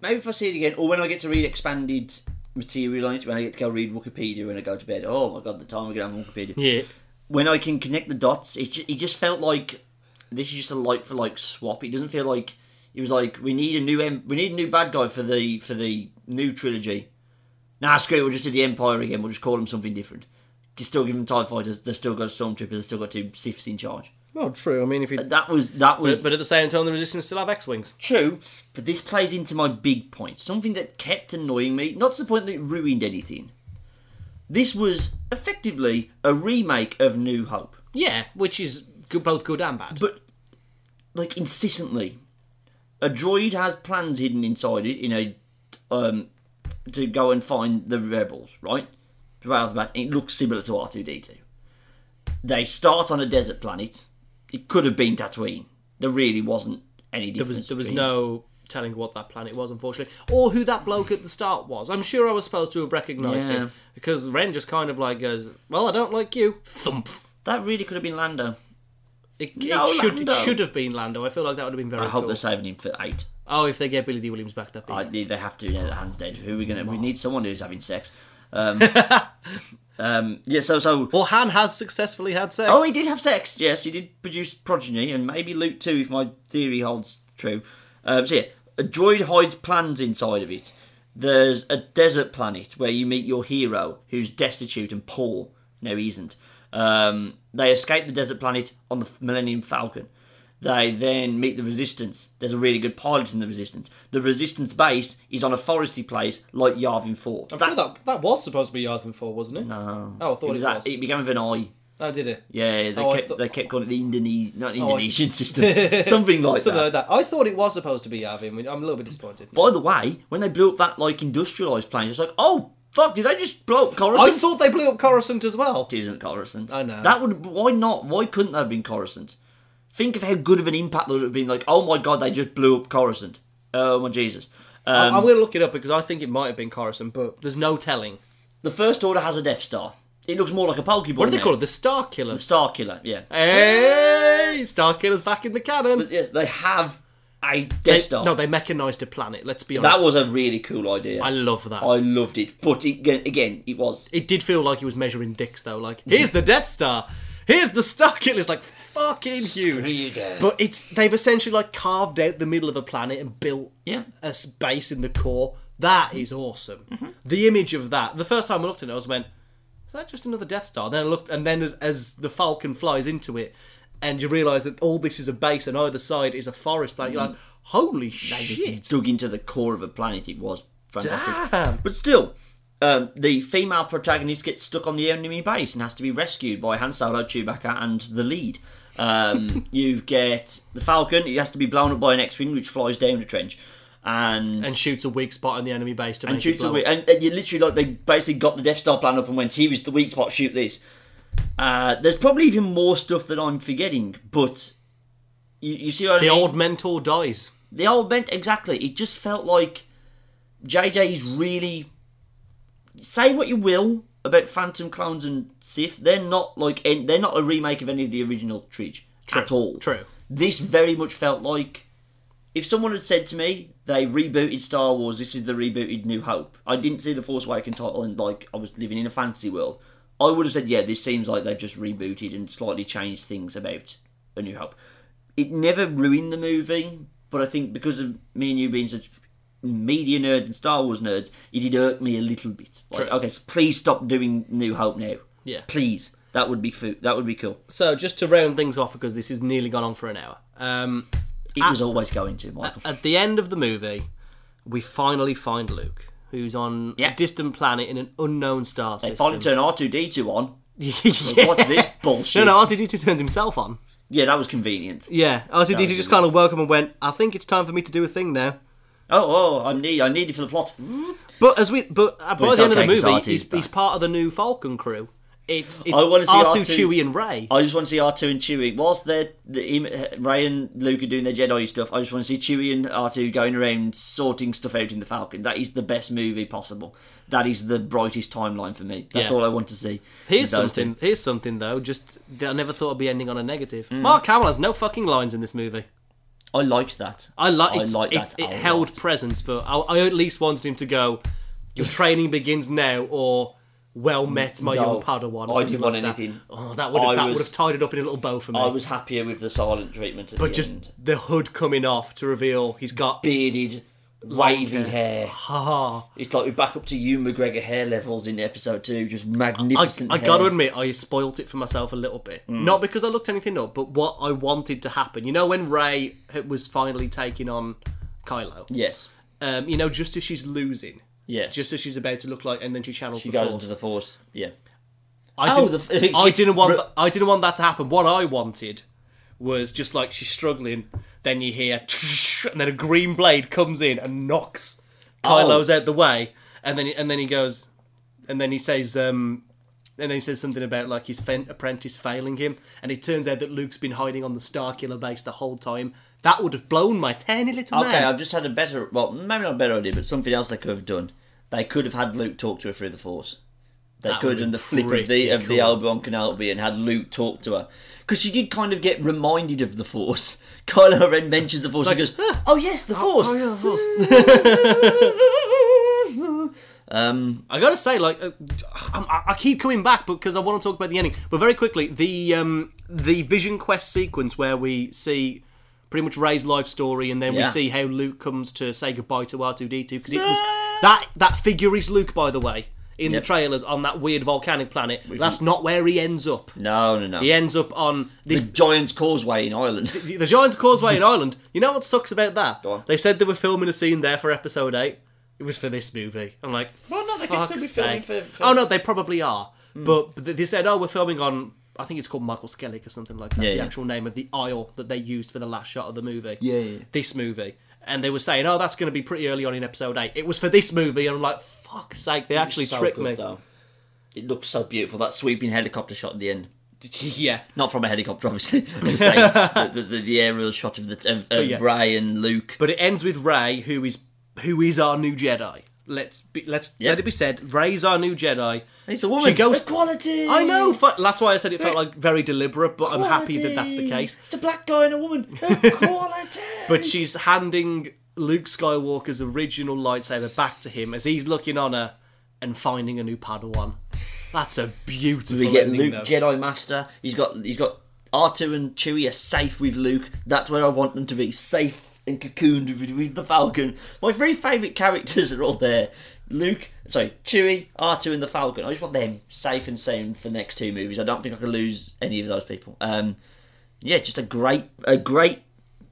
S2: maybe if I see it again or when I get to read expanded material on it when I get to go read Wikipedia when I go to bed oh my god the time I get on Wikipedia
S1: Yeah.
S2: when I can connect the dots it, ju- it just felt like this is just a like for like swap it doesn't feel like it was like we need a new em- we need a new bad guy for the for the new trilogy nah screw it we'll just do the Empire again we'll just call them something different you still give them TIE fighters they've still got stormtroopers they've still got two Siths in charge
S1: Well, true. I mean, if you.
S2: that was that was
S1: But at the same time, the Resistance still have X Wings.
S2: True, but this plays into my big point. Something that kept annoying me, not to the point that it ruined anything. This was effectively a remake of New Hope,
S1: Yeah, which is good, both good and bad.
S2: but like insistently. A droid has plans hidden inside it in a um to go and find the rebels, right? Right off the bat, it looks similar to R2D2. They start on a desert planet. It could have been Tatooine. There really wasn't any
S1: there was
S2: difference.
S1: there was
S2: between-
S1: no telling what that planet was, unfortunately, or who that bloke at the start was. I'm sure I was supposed to have recognised
S2: Yeah.
S1: him because Ren just kind of like goes, "Well, I don't like you." Thump.
S2: that really could have been Lando.
S1: It,
S2: No,
S1: it should it
S2: Lando.
S1: should have been Lando. I feel like that would have been very
S2: I hope
S1: cool.
S2: they're saving him for eight.
S1: Oh, if they get Billy D Williams back, that'd be
S2: I, they they have to. Now that Han's dead, who are we gonna? We need someone who's having sex. *laughs* Um, um, yeah. So so.
S1: Well, Han has successfully had sex.
S2: Oh, he did have sex. Yes, he did produce progeny, and maybe Luke too, if my theory holds true. Um, so yeah, a droid hides plans inside of it. There's a desert planet where you meet your hero, who's destitute and poor. No, he isn't. Um, they escape the desert planet on the Millennium Falcon. They then meet the Resistance. There's a really good pilot in the Resistance. The Resistance base is on a foresty place like Yavin 4.
S1: I'm sure that that was supposed to be Yavin Four, wasn't it? No. Oh, I thought it was.
S2: that, it began with an I.
S1: Oh, did it?
S2: Yeah, they
S1: Oh, I
S2: kept
S1: thought- Oh.
S2: they kept calling it the Indone not Indonesian system, *laughs* something like
S1: Something like
S2: that.
S1: that. I thought it was supposed to be Yavin. I'm a little bit disappointed.
S2: By the way, when they blew up that like industrialized plane, it's like, oh fuck, did they just blow up
S1: I
S2: Coruscant?
S1: thought they blew up Coruscant as well.
S2: it isn't Coruscant.
S1: I know.
S2: That would why not? Why couldn't that have been Coruscant? Think of how good of an impact that would have been. Like, oh my god, they just blew up Coruscant. Oh my Jesus. Um,
S1: I'm going to look it up because I think it might have been Coruscant, but there's no telling.
S2: the First Order has a Death Star. It looks more like a Pokeball.
S1: What do they call it? Uh, The Star Killer.
S2: The Star Killer. Yeah.
S1: Hey, Star Killer's back in the cannon.
S2: yes, they have a Death Star.
S1: No, they mechanized a planet. Let's be honest.
S2: that was a really cool idea.
S1: I love that.
S2: I loved it, but it, again, it was
S1: it did feel like he was measuring dicks though. Like, here's the Death Star. Here's the Star Killer. It's like fucking
S2: you
S1: huge.
S2: guys.
S1: But it's they've essentially like carved out the middle of a planet and built
S2: Yeah.
S1: a space in the core. That is awesome.
S2: Mm-hmm.
S1: The image of that. The first time I looked at it, I was went, "Is that just another Death Star?" Then I looked, and then as, as the Falcon flies into it, and you realise that all this is a base, and either side is a forest planet.
S2: Mm-hmm.
S1: You're like, "Holy shit!"
S2: dug into the core of a planet. It was fantastic.
S1: Damn.
S2: But still, um, the female protagonist gets stuck on the enemy base and has to be rescued by Han Solo, Chewbacca, and the lead.
S1: *laughs*
S2: Um, you get the Falcon. It has to be blown up by an X-wing, which flies down a trench, and.
S1: And shoots a weak spot in the enemy base to make
S2: shoots
S1: it blow
S2: away,
S1: up.
S2: and, and you literally like they basically got the Death Star plan up and went, "Here is the weak spot. Shoot this." Uh, there's probably even more stuff that I'm forgetting, but you, you see what
S1: The
S2: I mean?
S1: old mentor dies.
S2: The old bent exactly. It just felt like JJ is really say what you will about Phantom Clones and Sith. They're not like en- they're not a remake of any of the original trilogy at all.
S1: true.
S2: This very much felt like if someone had said to me they rebooted Star Wars, this is the rebooted New Hope. I didn't see the Force Awakens title and like I was living in a fantasy world. I would have said, yeah, this seems like they've just rebooted and slightly changed things about A New Hope. It never ruined the movie, but I think because of me and you being such media nerd and Star Wars nerds, it did irk me a little bit. Like,
S1: True.
S2: okay, so please stop doing New Hope now.
S1: Yeah.
S2: please. That would be foo- that would be cool.
S1: So just to round things off, because this has nearly gone on for an hour. Um,
S2: It was always going to Michael.
S1: at the end of the movie, we finally find Luke, who's on
S2: Yeah.
S1: a distant planet in an unknown star system. *laughs*
S2: Finally, turn R two D two on.
S1: yeah.
S2: What's this bullshit?
S1: No, no, R2D2 turns himself on.
S2: Yeah, that was convenient.
S1: Yeah, R2D2
S2: was
S1: just
S2: good.
S1: kind of woke up and went, I think it's time for me to do a thing now.
S2: Oh, oh, I need, I need it for the plot.
S1: But as we, but uh, by
S2: it's
S1: the end of
S2: okay,
S1: the
S2: 'cause
S1: movie,
S2: R2's
S1: he's, he's
S2: back.
S1: part of the new Falcon crew. It's it's
S2: wanna see
S1: R2,
S2: R2.
S1: Chewie, and Ray.
S2: I just want to see R two and Chewie. Whilst they're the, him, Ray and Luke are doing their Jedi stuff, I just want to see Chewie and R two going around sorting stuff out in the Falcon. That is the best movie possible. That is the brightest timeline for me. That's
S1: Yeah.
S2: all I want to see.
S1: Here's
S2: Is those
S1: something. Here's something though. Just that I never thought I'd be ending on a negative.
S2: Mm.
S1: Mark Hamill has no fucking lines in this movie.
S2: two. I liked that.
S1: I like.
S2: I like
S1: it.
S2: that.
S1: It
S2: a
S1: held
S2: lot.
S1: presence, but I, I at least wanted him to go. Your training begins now, or well met, my
S2: No,
S1: young Padawan. or
S2: I
S1: something
S2: didn't want
S1: like that.
S2: anything.
S1: Oh, that would have,
S2: I
S1: that
S2: was-
S1: would have tied it up in a little bow for me.
S2: I was happier with the silent treatment at
S1: but
S2: the
S1: just
S2: end.
S1: the hood coming off to reveal he's got
S2: Bearded, wavy
S1: hair.
S2: hair.
S1: ah.
S2: It's like we're back up to you McGregor hair levels in episode two. Just
S1: I,
S2: magnificent.
S1: I
S2: hair. Mm.
S1: gotta admit, I spoilt it for myself a little bit. Not because I looked anything up, but what I wanted to happen. You know, when Ray was finally taking on Kylo,
S2: Yes.
S1: um, you know, just as she's losing,
S2: Yes.
S1: just as she's about to look like, and then she channels
S2: she
S1: the
S2: goes
S1: force.
S2: into the force. Yeah.
S1: I,
S2: Oh,
S1: didn't,
S2: the f- *laughs*
S1: I
S2: she-
S1: didn't want.
S2: Re-
S1: th- I didn't want that to happen. What I wanted was just like she's struggling. Then you hear, *laughs* and then a green blade comes in and knocks
S2: Oh.
S1: Kylo's out the way. And then and then he goes, and then he says, um, and then he says something about like his fen- apprentice failing him. And it turns out that Luke's been hiding on the Star Killer base the whole time. That would have blown my tiny little
S2: Okay,
S1: man.
S2: I've just had a better, well, maybe not a better idea, but something else they could have done. They could have had Luke talk to her through the Force. They
S1: That
S2: could
S1: would
S2: have done
S1: be
S2: the flip of
S1: pretty
S2: the of the
S1: cool.
S2: Obi Wan Kenobi and had Luke talk to her because she did kind of get reminded of the Force. *laughs* Kylo Ren mentions the Force.
S1: It's
S2: she
S1: like,
S2: goes, "Oh yes, the Force."
S1: oh, yeah, the
S2: um,
S1: I gotta say, like, uh, I'm- I, I keep coming back because I want to talk about the ending. But very quickly, the um, the Vision Quest sequence where we see pretty much Ray's life story, and then we
S2: Yeah.
S1: see how Luke comes to say goodbye to R2D2 because it was that that figure is Luke, by the way, in
S2: Yep.
S1: the trailers on that weird volcanic planet. That's not where he ends up.
S2: *laughs* no, no, no.
S1: He ends up on this
S2: It's Giant's Causeway in Ireland.
S1: the Giant's Causeway in Ireland. You know what sucks about that?
S2: Go on.
S1: They said they were filming a scene there for episode eight. It was for this movie. I'm like,
S2: Well, no, *laughs* they could
S1: fuck's
S2: still be filming
S1: sake.
S2: for- for-
S1: Oh no, they probably are. But, but they said, oh, we're filming on. I think it's called Michael Skellig or something like that.
S2: Yeah,
S1: the
S2: yeah.
S1: actual name of the aisle that they used for the last shot of the movie.
S2: Yeah, yeah.
S1: This movie. And they were saying, oh, that's going to be pretty early on in episode eight. It was for this movie, and I'm like, fuck's sake, they actually
S2: So
S1: tricked
S2: good,
S1: me.
S2: though. It looks so beautiful. That sweeping helicopter shot at the end.
S1: *laughs* yeah.
S2: Not from a helicopter, *laughs* obviously. I'm just
S1: *laughs*
S2: saying the, the, the, the aerial shot of the of, of
S1: yeah.
S2: Ray and Luke.
S1: But it ends with Ray, who is who is our new Jedi. Let's be, let's let it be said, Ray's our new Jedi.
S2: it's a woman.
S1: She goes.
S2: equality.
S1: I know. fu- That's why I said it felt like very deliberate, but I'm happy that that's the
S2: Equality.
S1: case.
S2: It's a black guy and a woman.
S1: *laughs*
S2: Equality.
S1: But she's handing Luke Skywalker's original lightsaber back to him as he's looking on her and finding a new Padawan. That's a beautiful.
S2: we get
S1: ending
S2: Luke
S1: note.
S2: Jedi Master. He's got he's got R two and Chewie are safe with Luke. That's where I want them to be safe and cocooned with, with the Falcon. My three favourite characters are all there. Luke, sorry, Chewie, R two, and the Falcon. I just want them safe and sound for the next two movies. I don't think I can lose any of those people. Um, yeah, just a great a great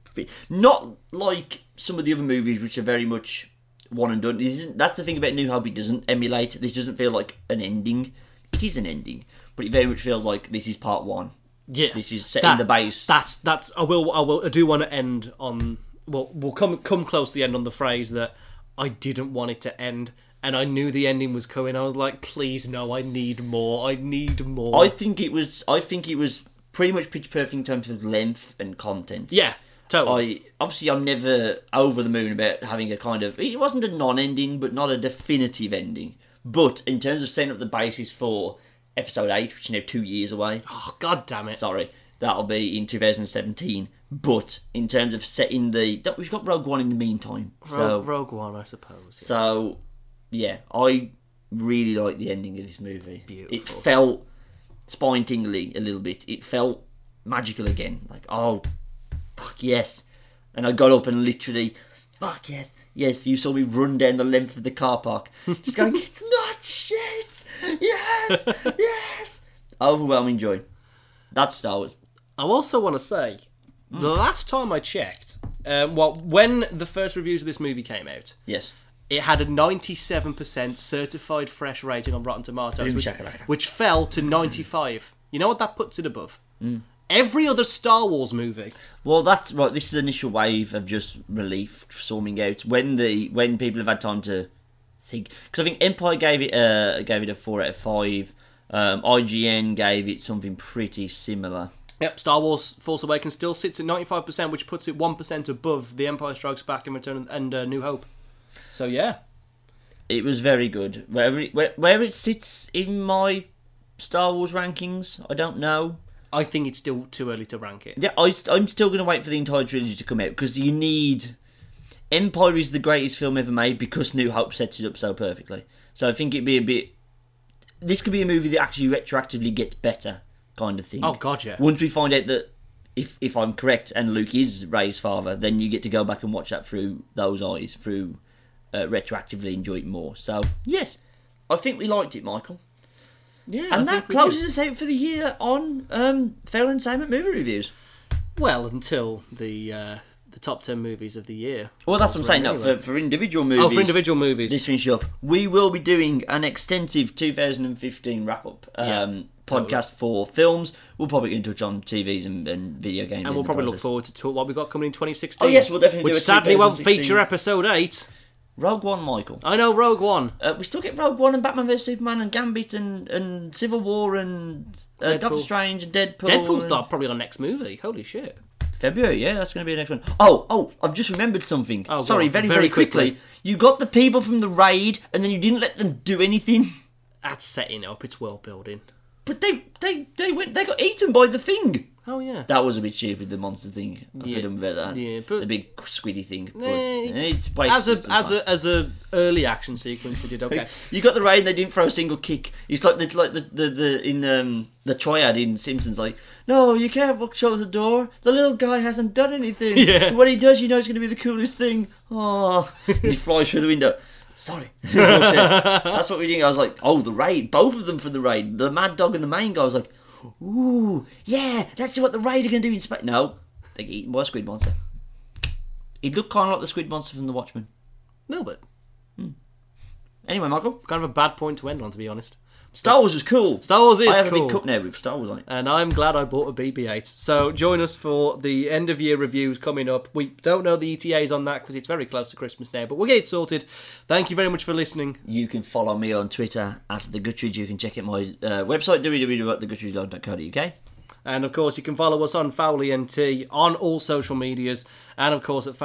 S2: fi- not like some of the other movies which are very much one and done. This isn't, that's the thing about New Hope. It doesn't emulate. This doesn't feel like an ending. It is an ending, but it very much feels like this is part one.
S1: Yeah,
S2: This is setting
S1: That-
S2: the base.
S1: That's that's. I will. I will. I do want to end on. Well, we'll come come close to the end on the phrase that I didn't want it to end, and I knew the ending was coming. I was like, please no, I need more. I need more.
S2: I think it was. I think it was pretty much pitch perfect in terms of length and content.
S1: yeah, totally.
S2: I obviously I'm never over the moon about having a kind of it wasn't a non-ending but not a definitive ending. But in terms of setting up the basis for episode eight, which is now two years away,
S1: oh god damn it.
S2: sorry, that'll be in 2017. But in terms of setting the, that- we've got Rogue One in the meantime. So
S1: Rogue, Rogue One, I suppose.
S2: so yeah, I really like the ending of this movie. It
S1: Beautiful.
S2: felt spine tingly a little bit. It felt magical again. Like oh, fuck yes! And I got up and literally, fuck yes, yes. You saw me run down the length of the car park, just going, it's not shit. Yes, yes. Overwhelming joy. That's Star Wars.
S1: I also want to say, the
S2: Hmm.
S1: last time I checked, um, well, when the first reviews of this movie came out,
S2: Yes.
S1: it had a 97% certified fresh rating on Rotten Tomatoes,
S2: Boom
S1: which,
S2: shakalaka.
S1: which fell to
S2: Hmm.
S1: 95. You know what that puts it above? Every other Star Wars movie.
S2: Well, that's right. This is the initial wave of just relief storming out when the when people have had time to think. Because I think Empire gave it a gave it a four out of five. Um, IGN gave it something pretty similar.
S1: Yep, Star Wars Force Awakens still sits at 95%, which puts it 1% above The Empire Strikes Back and Return and uh, New Hope. So, yeah.
S2: It was very good. Wherever it, where, where it sits in my Star Wars rankings, I don't know.
S1: I think it's still too early to rank it.
S2: Yeah, I, I'm still going to wait for the entire trilogy to come out because you need. Empire is the greatest film ever made because New Hope sets it up so perfectly. So I think it'd be a bit. This could be a movie that actually retroactively gets better, kind of thing.
S1: Oh, God, yeah.
S2: Once we find out that, if if I'm correct, and Luke is Ray's father, then you get to go back and watch that through those eyes, through uh, retroactively enjoy it more. So yes, I think we liked it, Michael.
S1: Yeah,
S2: And that closes us out for the year on um, Fail and Simon movie reviews.
S1: Well, until the uh, the top 10 movies of the year.
S2: Well, that's
S1: Well,
S2: what I'm
S1: for
S2: saying. No,
S1: anyway.
S2: for, for individual movies.
S1: Oh, for individual movies.
S2: This finish up. We will be doing an extensive 2015 wrap up um,
S1: Yeah.
S2: podcast for films. We'll probably get in touch on TVs and, and video games.
S1: and
S2: in
S1: we'll
S2: the
S1: probably look
S2: process.
S1: forward to to what we've got coming in 2016.
S2: Oh, yes, we'll definitely
S1: Which
S2: do a
S1: sadly won't
S2: 2016.
S1: feature episode 8.
S2: Rogue One, Michael.
S1: I know Rogue One.
S2: Uh, we still get Rogue One and Batman vs Superman and Gambit and, and Civil War and uh, Doctor
S1: Deadpool.
S2: Strange and Deadpool.
S1: Deadpool's
S2: and-
S1: not probably our next movie. Holy shit.
S2: February, yeah, that's going to be the next one. Oh, oh, I've just remembered something.
S1: Oh, go
S2: Sorry,
S1: on.
S2: very,
S1: Very
S2: very, quickly.
S1: quickly.
S2: You got the people from the raid, and then you didn't let them do anything. *laughs*
S1: That's setting it up. It's world building.
S2: But they, they, they went. They got eaten by the thing.
S1: Oh, yeah.
S2: That was a bit stupid. The monster thing. I
S1: Yeah,
S2: could have that.
S1: yeah, but-
S2: the big squiddy thing. But
S1: Eh,
S2: it's wasted
S1: as a as
S2: sometimes.
S1: a as a early action sequence, he did okay.
S2: *laughs* You got the raid. They didn't throw a single kick. It's like it's like the the, the in um, the triad in Simpsons. Like, no, you can't walk shut the door. The little guy hasn't done anything.
S1: Yeah.
S2: When he does, you know it's going to be the coolest thing. Oh, he flies through the window. Sorry. *laughs* That's what we did. I was like, oh, the raid. Both of them for the raid. The mad dog and the main guy. I was like, ooh, yeah. Let's see what the raid are going to do in space. No, they get eaten by a squid monster. He looked kind of like the squid monster from The Watchmen.
S1: little bit.
S2: Anyway, Michael,
S1: Kind of a bad point to end on, to be honest.
S2: Star Wars was cool.
S1: Star Wars is
S2: I have
S1: cool.
S2: a big cup now with Star Wars on it.
S1: and I'm glad I bought a BB-8. So join us for the end of year reviews coming up. We don't know the ETAs on that because it's very close to Christmas now, but we'll get it sorted. Thank you very much for listening.
S2: You can follow me on Twitter at the Guttridge. You can check out my uh, website www.theguttridge.co.uk.
S1: And of course, you can follow us on Foul ENT on all social medias, and of course at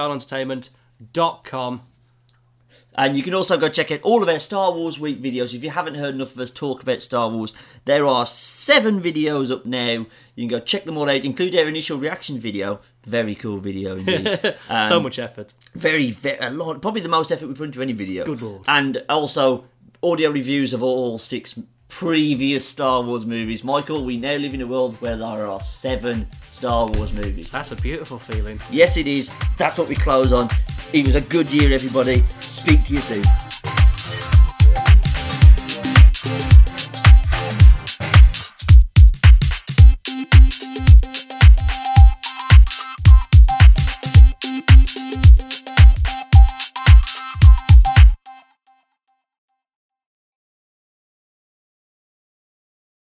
S1: foulentertainment.com.
S2: And you can also go check out all of our Star Wars Week videos. If you haven't heard enough of us talk about Star Wars, there are seven videos up now. You can go check them all out, include our initial reaction video. Very cool
S1: *laughs*
S2: video indeed.
S1: so much effort.
S2: very, very a lot, probably the most effort we put into any video.
S1: Good lord.
S2: And also audio reviews of all six previous Star Wars movies. Michael, we now live in a world where there are seven Star Wars movies.
S1: That's a beautiful feeling.
S2: Yes, it is. That's what we close on. It was a good year, everybody. Speak to you soon.